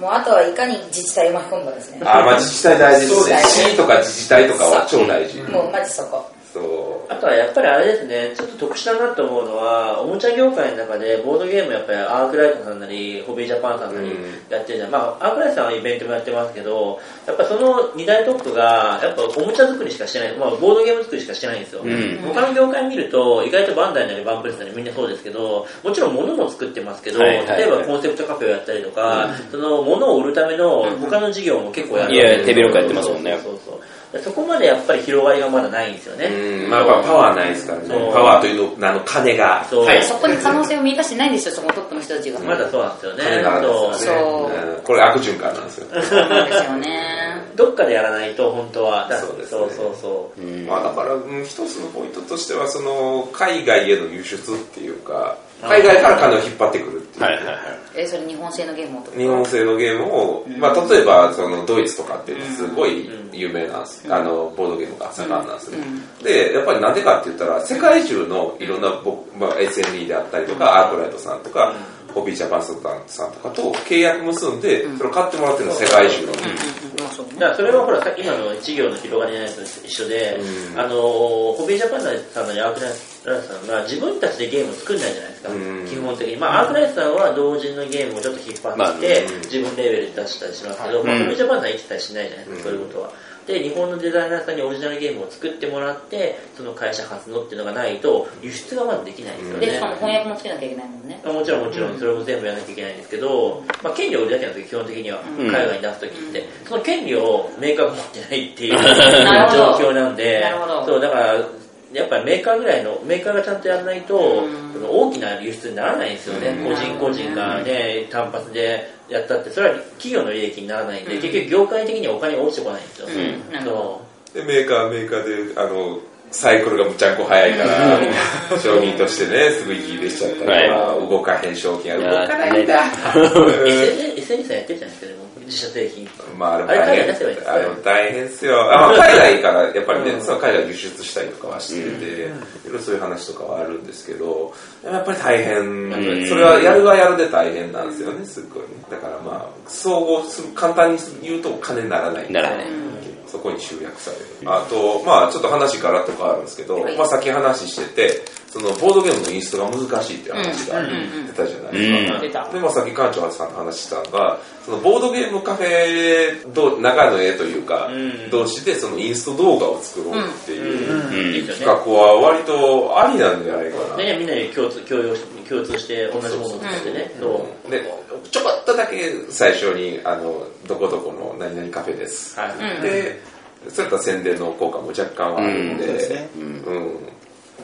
Speaker 5: もうあとはいかに自治体を巻き込むかですね。
Speaker 1: あ、まあ自治体大事ですね。
Speaker 5: そうですね
Speaker 1: 市とか自治体とかは超大事。
Speaker 5: もうマジそこ。
Speaker 1: そう。
Speaker 4: あとはやっぱりあれですね、ちょっと特殊だなと思うのは、おもちゃ業界の中でボードゲームやっぱりアークライトさんなり、ホビージャパンさんなり
Speaker 1: うん
Speaker 4: やってるじゃん。まあ、アークライトさんはイベントもやってますけど、やっぱその二大トップが、やっぱおもちゃ作りしかしてない、まあ、ボードゲーム作りしかしてないんですよ。
Speaker 6: ん
Speaker 4: 他の業界見ると、意外とバンダイなりバンプレスなりみんなそうですけど、もちろん物も作ってますけど、
Speaker 6: はいはいはい
Speaker 4: 例えばコンセプトカフェをやったりとか、その物を売るための他の事業も結構やるわけですよ
Speaker 6: いや手広くやってますもんね
Speaker 4: そうそうそうそこまでやっぱり広がりがまだないんですよね。
Speaker 1: うん、まあやっぱパワーないですからね。パ
Speaker 4: そう
Speaker 1: ワーというの、あの、金が。
Speaker 4: そう
Speaker 1: はい
Speaker 5: そこに可能性を見出してないんですよ、そのトップの人たちが。
Speaker 4: まだそうなんですよね。
Speaker 1: 金があるんですよね
Speaker 5: そう
Speaker 1: うんこれ悪循環なんですよ。
Speaker 5: そうなんですよね。
Speaker 4: どっかでやらないと、本当は。だ
Speaker 1: そうですね
Speaker 4: そうそうそう。
Speaker 1: まあ、だから、うん、一つのポイントとしてはその海外への輸出っていうか海外から金を引っ張ってくるっていう、
Speaker 6: はいはいはい
Speaker 5: え、それ日本製のゲームをとか
Speaker 1: 日本製のゲームを、まあ、例えばそのドイツとかってすごい有名なんです、あのボードゲームが盛んなんですね、でやっぱりなんでかって言ったら世界中のいろんな僕、まあ、SME であったりとか、アークライトさんとか、ホビージャパンさんとかと契約結んで、それを買ってもらってるの世界中の、
Speaker 5: まあそうね
Speaker 4: だからそれはほら、さ今の事業の広がりじゃないのと一緒で、あの、ホビージャパンさんのアークライスさんが自分たちでゲームを作んないじゃないですか、
Speaker 1: うん
Speaker 4: 基本的に。まあ、アークライスさんは同人のゲームをちょっと引っ張ってきて、自分レベルで出したりしますけど、まあ、ホビージャパンさんは一切しないじゃないですか、そういうことは。で日本のデザイナーさんにオリジナルゲームを作ってもらってその会社発のっていうのがないと輸出がまずできないんですよね、
Speaker 5: でしかも翻訳もつけなきゃいけないもんね
Speaker 4: もちろんもちろんそれも全部やらなきゃいけないんですけど、まあ、権利を売りだけなんですよ基本的には
Speaker 6: ん
Speaker 4: 海外に出す時って、その権利をメーカーが持ってないっていう
Speaker 5: なるほ
Speaker 4: 状
Speaker 5: ど
Speaker 4: 況なんで
Speaker 5: なるほど
Speaker 4: そうだからやっぱりメーカーぐらいのメーカーがちゃんとやらないと、
Speaker 5: うん
Speaker 4: その大きな輸出にならないんですよね、
Speaker 5: う
Speaker 4: 個
Speaker 5: ん
Speaker 4: 人個人がね単発でやったってそれは企業の利益にならないんで、結局業界的にはお金が落ちてこないんですよ、
Speaker 6: ん
Speaker 5: なるほ
Speaker 4: そう
Speaker 1: でメーカーはメーカーであのサイクルがむちゃんこ早いから商品としてねすぐ息切れしちゃったりとか動かへん商品が動かないんだ
Speaker 4: SNS, SNS やってるじゃないですかでも自社製品
Speaker 1: まああれも
Speaker 4: あれ
Speaker 1: 大
Speaker 4: 海外出せばいいん
Speaker 1: 変
Speaker 4: です
Speaker 1: あ
Speaker 4: ね
Speaker 1: れも大変っすよあ、まあ、海外からやっぱりね、その海外輸出したりとかはしてて、いろいろそういう話とかはあるんですけどやっぱり大変やっぱりそれはやるはやるで大変なんですよねすっごいねだからまあ総合する簡単に言うと金にならない
Speaker 6: ならない
Speaker 1: そこに集約されるあとまあちょっと話からとかあるんですけど、
Speaker 5: はい
Speaker 1: まあ、さっき話しててそのボードゲームのインストが難しいっていう話が出たじゃないですか、
Speaker 5: うん出た
Speaker 1: で、まあ、さっき館長さんと話したのが、そのボードゲームカフェど中の絵というか、
Speaker 4: ん
Speaker 1: 同士でそのインスト動画を作ろうっていう
Speaker 4: うん
Speaker 6: うん
Speaker 4: いいです
Speaker 1: 企
Speaker 4: よ
Speaker 1: 画
Speaker 4: ね
Speaker 1: は割とありなんじゃないかな。
Speaker 4: ね、みんなで共通共用し共通して同じものを使ってねそう
Speaker 1: で、ちょこっとだけ最初に、あの、どこどこの何々カフェです。
Speaker 4: はい
Speaker 1: で、そういった宣伝の効果も若干はあるんで、
Speaker 2: うんそうですね
Speaker 1: うん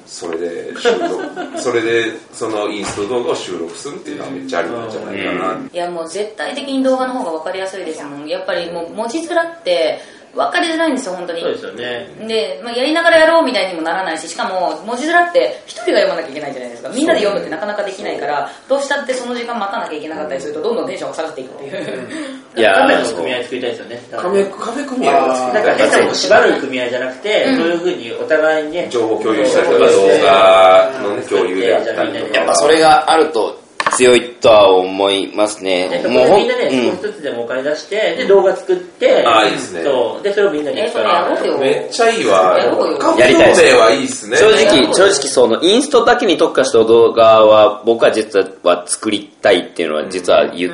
Speaker 1: それで収録、それでそのインスト動画を収録するっていうのはめっちゃありなんじゃないかな。
Speaker 5: いやもう絶対的に動画の方が分かりやすいですもんやっぱりもう文字面って分かりづらいんですよ本当に
Speaker 4: そうですよね
Speaker 5: で、まあ、やりながらやろうみたいにもならないししかも文字面って一人が読まなきゃいけないじゃないですかみんなで読むってなかなかできないからどうしたってその時間待たなきゃいけなかったりするとどんどんテンションが下がっていくっていう
Speaker 6: いや
Speaker 4: カメラ
Speaker 6: ー
Speaker 4: の
Speaker 6: そう
Speaker 4: 組合作りたいですよねだ
Speaker 1: カ
Speaker 4: から
Speaker 1: フェ、
Speaker 4: ね
Speaker 1: カフェ組合が作
Speaker 4: な
Speaker 1: り
Speaker 4: んか
Speaker 1: たい
Speaker 4: 変なこと縛る組合じゃなくて、そういうふうにお互いにね
Speaker 1: 情報共有したりとか動画の共有であったりとか。
Speaker 6: やっぱそれがあると強いとは思います
Speaker 4: で
Speaker 6: ね
Speaker 4: そこ
Speaker 6: もう
Speaker 4: で
Speaker 6: ほん
Speaker 4: みんなね、
Speaker 6: うん
Speaker 4: 少しずつでもお金出して、で、動画作って、
Speaker 1: あーいいですね
Speaker 4: そう。で、それをみんなにやった
Speaker 5: えーそれやろうよ
Speaker 1: めっちゃいいわ
Speaker 5: やろうよ。
Speaker 1: カフ
Speaker 6: や
Speaker 1: ェ
Speaker 6: りたいです
Speaker 1: 同盟はいいっすね。
Speaker 6: 正
Speaker 5: ね
Speaker 6: 直、正直そのインストだけに特化した動画は僕は実は作りたいっていうのは実は言っ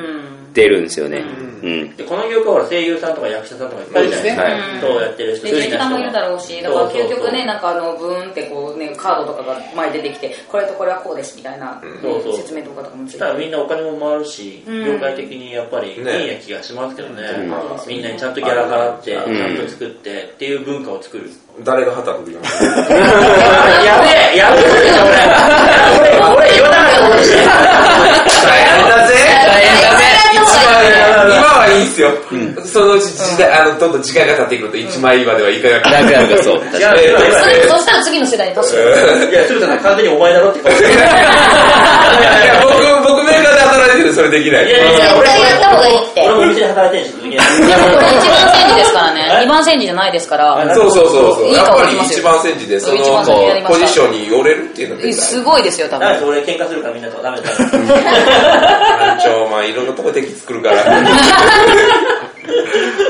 Speaker 6: てるんですよね。うん。
Speaker 4: で、この業界はほら声優さんとか役者さんとかいっぱいいるじゃないですか。
Speaker 1: はい
Speaker 4: そうやってる人、
Speaker 5: で劇団もいるだろうしだから究極ね
Speaker 4: な
Speaker 5: なんかあのブーンってこうねカードとかが前に出てきてこれとこれはこうですみたいな
Speaker 4: そうそう
Speaker 5: 説明動画とかも
Speaker 4: そ
Speaker 5: つい
Speaker 4: してたらみんなお金も回るし、
Speaker 5: ん
Speaker 4: 業界的にやっぱりいい
Speaker 1: ね
Speaker 4: や気がしますけどね、
Speaker 1: うん
Speaker 4: みんなにちゃんとギャラ払って、
Speaker 1: うん
Speaker 4: ちゃんと作ってっていう文化を作る。
Speaker 1: 誰が旗振りなの
Speaker 4: やべえ、やべえ、俺、俺言わなかったことして
Speaker 1: 大変だぜ
Speaker 6: 大変だね
Speaker 1: 今はいいっすよ。そのうち時代、あの、どんどん時間が経っていくと一枚岩ではいかなくな
Speaker 6: なくなるかそう。
Speaker 4: 違う違
Speaker 1: えー
Speaker 4: う
Speaker 5: それそうしたら次の世代に確かに
Speaker 4: いや、鶴田さん完全にお前だろって顔してる。い
Speaker 1: いや、僕、僕メーカーで働いてるんでそれできない。
Speaker 4: やいや、
Speaker 5: 絶対やった方がいいって
Speaker 4: 俺もお店で働いてるし、
Speaker 5: いや僕 は一番戦時ですからね二番戦時じゃないですから
Speaker 1: そうそうそうそう。
Speaker 5: いい
Speaker 1: やっ
Speaker 5: 顔
Speaker 1: ぱ
Speaker 5: でき
Speaker 1: り
Speaker 5: ます
Speaker 1: 一
Speaker 5: よ
Speaker 1: 番戦時で、その
Speaker 5: 一番先やりま
Speaker 1: ポ
Speaker 5: した
Speaker 1: ジションに寄れるっていうのが
Speaker 5: え
Speaker 1: 大事
Speaker 5: すごいですよ多分
Speaker 4: だから俺喧嘩するからみんなとダメだから。
Speaker 1: 班長、まあいろんなとこ敵作るから。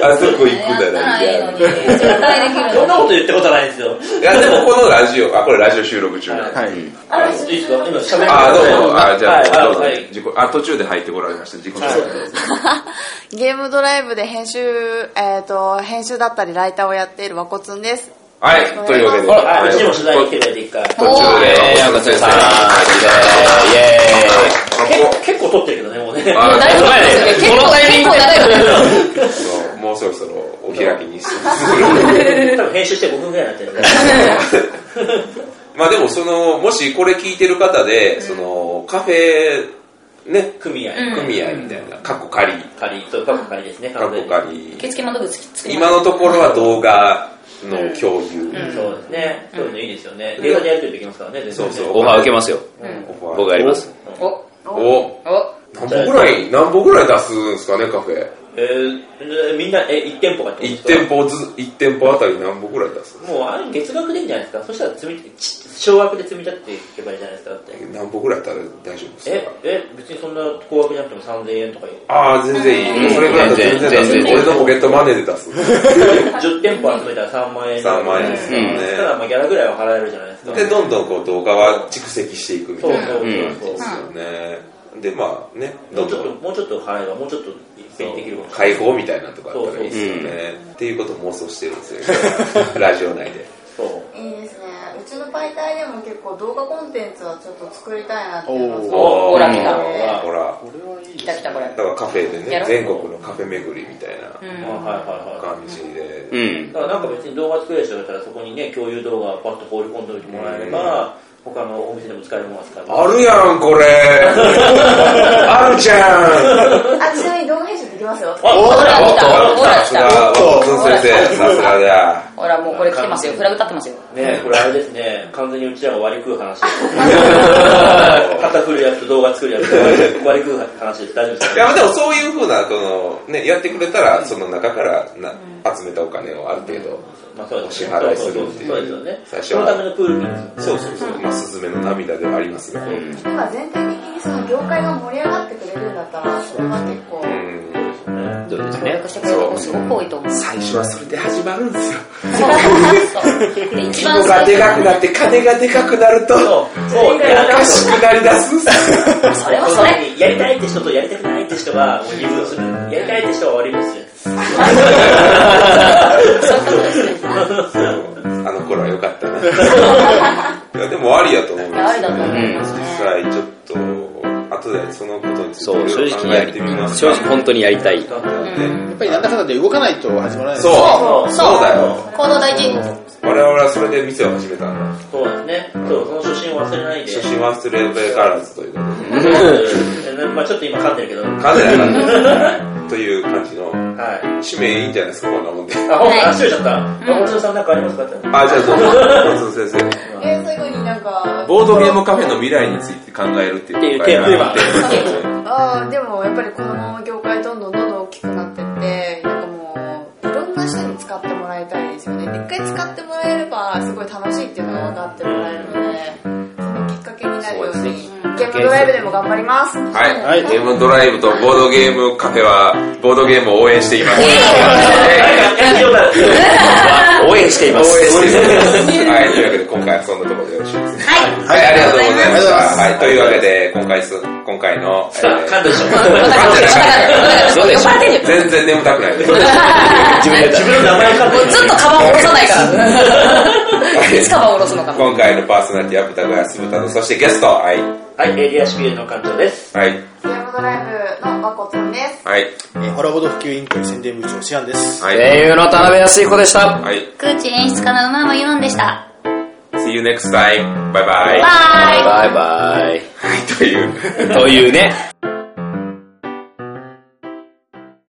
Speaker 1: あそこ行く
Speaker 5: やっ
Speaker 1: んだな、
Speaker 5: たら
Speaker 1: み
Speaker 5: い
Speaker 1: た
Speaker 5: い
Speaker 1: い
Speaker 5: の
Speaker 1: な
Speaker 5: に。絶対できる
Speaker 4: そんなこと言ったことないですよ。
Speaker 1: いや、でもこのラジオ、あ、これラジオ収録中なんで
Speaker 2: はい。
Speaker 4: あ、いいですか今喋ってくだ
Speaker 1: あ、
Speaker 4: さい
Speaker 1: どうも。あ、じゃ
Speaker 4: は
Speaker 1: あ、
Speaker 4: い
Speaker 1: どうぞ
Speaker 4: はいはい。
Speaker 1: 自己あ、途中で入ってこられました。自己紹介
Speaker 4: は
Speaker 7: ゲームドライブで編集、えっ、と、編集だったりライターをやっているわこつんです。
Speaker 1: はい、というわけで。
Speaker 6: あ
Speaker 4: あ
Speaker 1: はいう
Speaker 4: ちにも取材に来てくれて一回。
Speaker 1: 途中で。
Speaker 6: えー、ようこそさん。イェーイ。
Speaker 1: あ
Speaker 4: 結構撮ってるけどね、もうね。
Speaker 1: あ
Speaker 5: 大丈夫ですよね
Speaker 6: このタイミング
Speaker 5: 結構
Speaker 6: で
Speaker 5: 長いよね
Speaker 1: そうもうそろそろお開きにして。
Speaker 4: 多分編集して5分ぐらいになってる
Speaker 1: まあでも、その、もしこれ聞いてる方で、その、カフェ、ね、
Speaker 4: 組合。
Speaker 1: 組合みたいな、過去仮、
Speaker 4: 仮、そう、過去仮ですね、
Speaker 1: 過去
Speaker 4: に
Speaker 1: 仮。
Speaker 5: 受付窓口作りま
Speaker 1: 今のところは動画の共有。
Speaker 4: そうですね。そういうのいいですよね。映画でやるとできますからね、全然
Speaker 1: そう
Speaker 4: ね。
Speaker 1: そう。
Speaker 6: オファー受けますよ。僕やります。
Speaker 5: すお
Speaker 1: お
Speaker 5: お
Speaker 1: 何本ぐらい、何本ぐらい出すんですかね、カフェ。
Speaker 4: えー、みんな、え、1店舗がってことです
Speaker 1: 一
Speaker 4: か
Speaker 1: 店舗ず、一店舗あたり何本ぐらい出す
Speaker 4: もう、あれ月額でいいんじゃないですか。そしたら積み、ち少額で積み立っていけばいいじゃないですか、だって。
Speaker 1: 何本ぐらいだったら大丈夫です
Speaker 4: え
Speaker 1: か、
Speaker 4: え、別にそんな高額じゃなくても3000円とかいい
Speaker 1: ああ、全然いい。それぐらいだったら全然
Speaker 6: 全然全
Speaker 1: 出す。
Speaker 6: 然
Speaker 1: 俺のポケットマネーで出す。
Speaker 4: 10店舗集めたら3万円
Speaker 1: 3万円です
Speaker 4: ね
Speaker 1: から
Speaker 4: そしたら
Speaker 1: ね。
Speaker 4: まあギャラぐらいは払えるじゃないですか
Speaker 1: で、どんどんこう動画は蓄積していくみた
Speaker 4: そう
Speaker 1: いな。
Speaker 4: そう
Speaker 1: で
Speaker 4: そう
Speaker 1: すよね。でまあね
Speaker 4: も
Speaker 1: ど
Speaker 4: うんちょっ
Speaker 1: ど
Speaker 4: と
Speaker 1: ん
Speaker 4: もうちょっと払えばもうちょっといっぺんにできるかもしれない
Speaker 1: 解放みたいなとこあったらいいですよね、っていうことを妄想してるんですよラジオ内で
Speaker 4: そう
Speaker 8: いいですねうちの媒体でも結構動画コンテンツはちょっと作りたいなっていうのはすごい
Speaker 1: お
Speaker 5: ほら来た
Speaker 1: ほら
Speaker 5: 来た来たこれ
Speaker 1: だからカフェでね
Speaker 5: やろ
Speaker 1: 全国のカフェ巡りみたいな
Speaker 4: あはいはいは
Speaker 1: 感
Speaker 4: い
Speaker 1: じで、
Speaker 6: うん。
Speaker 4: だからなんか別に動画作れる人がいたらそこにね共有動画をパッと放り込んでおいてもらえれば他のお店でも使えるものは使える
Speaker 1: あるやんこれ あるじゃん
Speaker 8: あちなみに動画編集できますよ
Speaker 5: ほら来たほら
Speaker 1: さ
Speaker 5: 来
Speaker 1: す
Speaker 5: た
Speaker 1: がワトソン先生さすがだ
Speaker 5: ほらもうこれ来てますよフラグ立ってますよ
Speaker 4: ねこれあれですね完全にうちらが割り食 う話肩振るやつと動画作るやつと割り食う話です大丈夫です
Speaker 1: い
Speaker 4: か
Speaker 1: やでもそういうふうなこの、ね、やってくれたらその中からな、集めたお金をある程度、
Speaker 4: まあそうですね
Speaker 1: お支払いするっていう
Speaker 4: そうですよね
Speaker 1: 最初
Speaker 4: そ
Speaker 1: は
Speaker 4: のためのプールなんですよ
Speaker 1: そうそうそう、まあ、スズメの涙ではありますが、うん
Speaker 8: 今全体的にその業界が盛り上がってくれるんだったらそれは結構
Speaker 6: そうです
Speaker 5: 協
Speaker 6: ね。
Speaker 5: 力してくれるとこすごく多いと思う
Speaker 1: 最初はそれで始まるんですよ
Speaker 5: そうで一番最初
Speaker 1: くなって金がでかくなると
Speaker 4: そうやらかし
Speaker 1: くなりだすんです
Speaker 5: それはそれ
Speaker 4: やりたいって人とやりたくないって人がもう二分するやりたいって人は割りますよ
Speaker 5: そういうことですね
Speaker 1: あの頃は良かった ないやでもありやと思うんです
Speaker 5: ありだ
Speaker 1: よ
Speaker 5: と思います
Speaker 1: 実
Speaker 5: ね
Speaker 1: 際ちょっと後でそのことについて
Speaker 6: そう、正
Speaker 1: いろいろ
Speaker 6: 直
Speaker 1: 考
Speaker 6: にや
Speaker 1: え
Speaker 6: り、
Speaker 1: てみます
Speaker 6: 正直本当にやりたい。
Speaker 1: ね
Speaker 2: やっぱりなんだかんだで動かないと始まらないです
Speaker 1: そうそう
Speaker 5: そう
Speaker 1: だよ
Speaker 5: 行動大事
Speaker 1: 我々はそれで店を始めたの
Speaker 4: そうですねそうその初心を忘れないで
Speaker 1: 初心忘れべからずということで
Speaker 4: うんまあちょっと今噛んでるけど。はい。
Speaker 1: かなりなという感じの
Speaker 4: あ、
Speaker 1: 使命いいんじゃないですかこんなもんで
Speaker 4: ほんと、あ、しちゃった。大城さんなんかありますかって。
Speaker 1: あじゃあどうぞ松本先生
Speaker 8: えー最後になんか
Speaker 1: ボードゲームカフェの未来について考えるっていう
Speaker 4: っていうテーマ
Speaker 1: マ
Speaker 7: あーでもやっぱりこの業界どんどんどんどん大きくなってってなんかもういろんな人に使ってもらいたいですよねで一回使ってもらえればすごい楽しいっていうのが分かってもらえるのでそのきっかけになるようにゲームドライブでも頑張ります
Speaker 1: はい、ゲームドライブとボードゲームカフェはボードゲームを応援しています、
Speaker 6: 応援していま
Speaker 1: 応
Speaker 6: す。
Speaker 1: 援していますはいというわけで今回はそんなところでよろしいですね
Speaker 5: はい
Speaker 1: はいありがとうございました
Speaker 2: あ
Speaker 1: はいというわけで今回す今回の、えー
Speaker 4: 噛んで しょ。
Speaker 6: そうでしょ
Speaker 5: バレてる
Speaker 1: 全然眠たくないです
Speaker 6: 自分でやった
Speaker 4: 自分の名前噛んで
Speaker 5: もう ずっとカバン下ろさないから。いつカバン下ろすのかな。
Speaker 1: 今回のパーソナリティは豚小屋酢豚のそしてゲストはい
Speaker 4: はい、エリアシビルの館長です。
Speaker 1: はい
Speaker 7: ゲームドライブのまこつんです
Speaker 1: はい
Speaker 2: えーホラボード普及委員会宣伝部長シアンです
Speaker 1: はい、
Speaker 6: 声優の田辺康彦でした。
Speaker 1: はい、
Speaker 8: 空中演出家の馬もユンでした
Speaker 1: See you next time バイバイ
Speaker 6: バイバイ。
Speaker 1: はいという
Speaker 6: というね。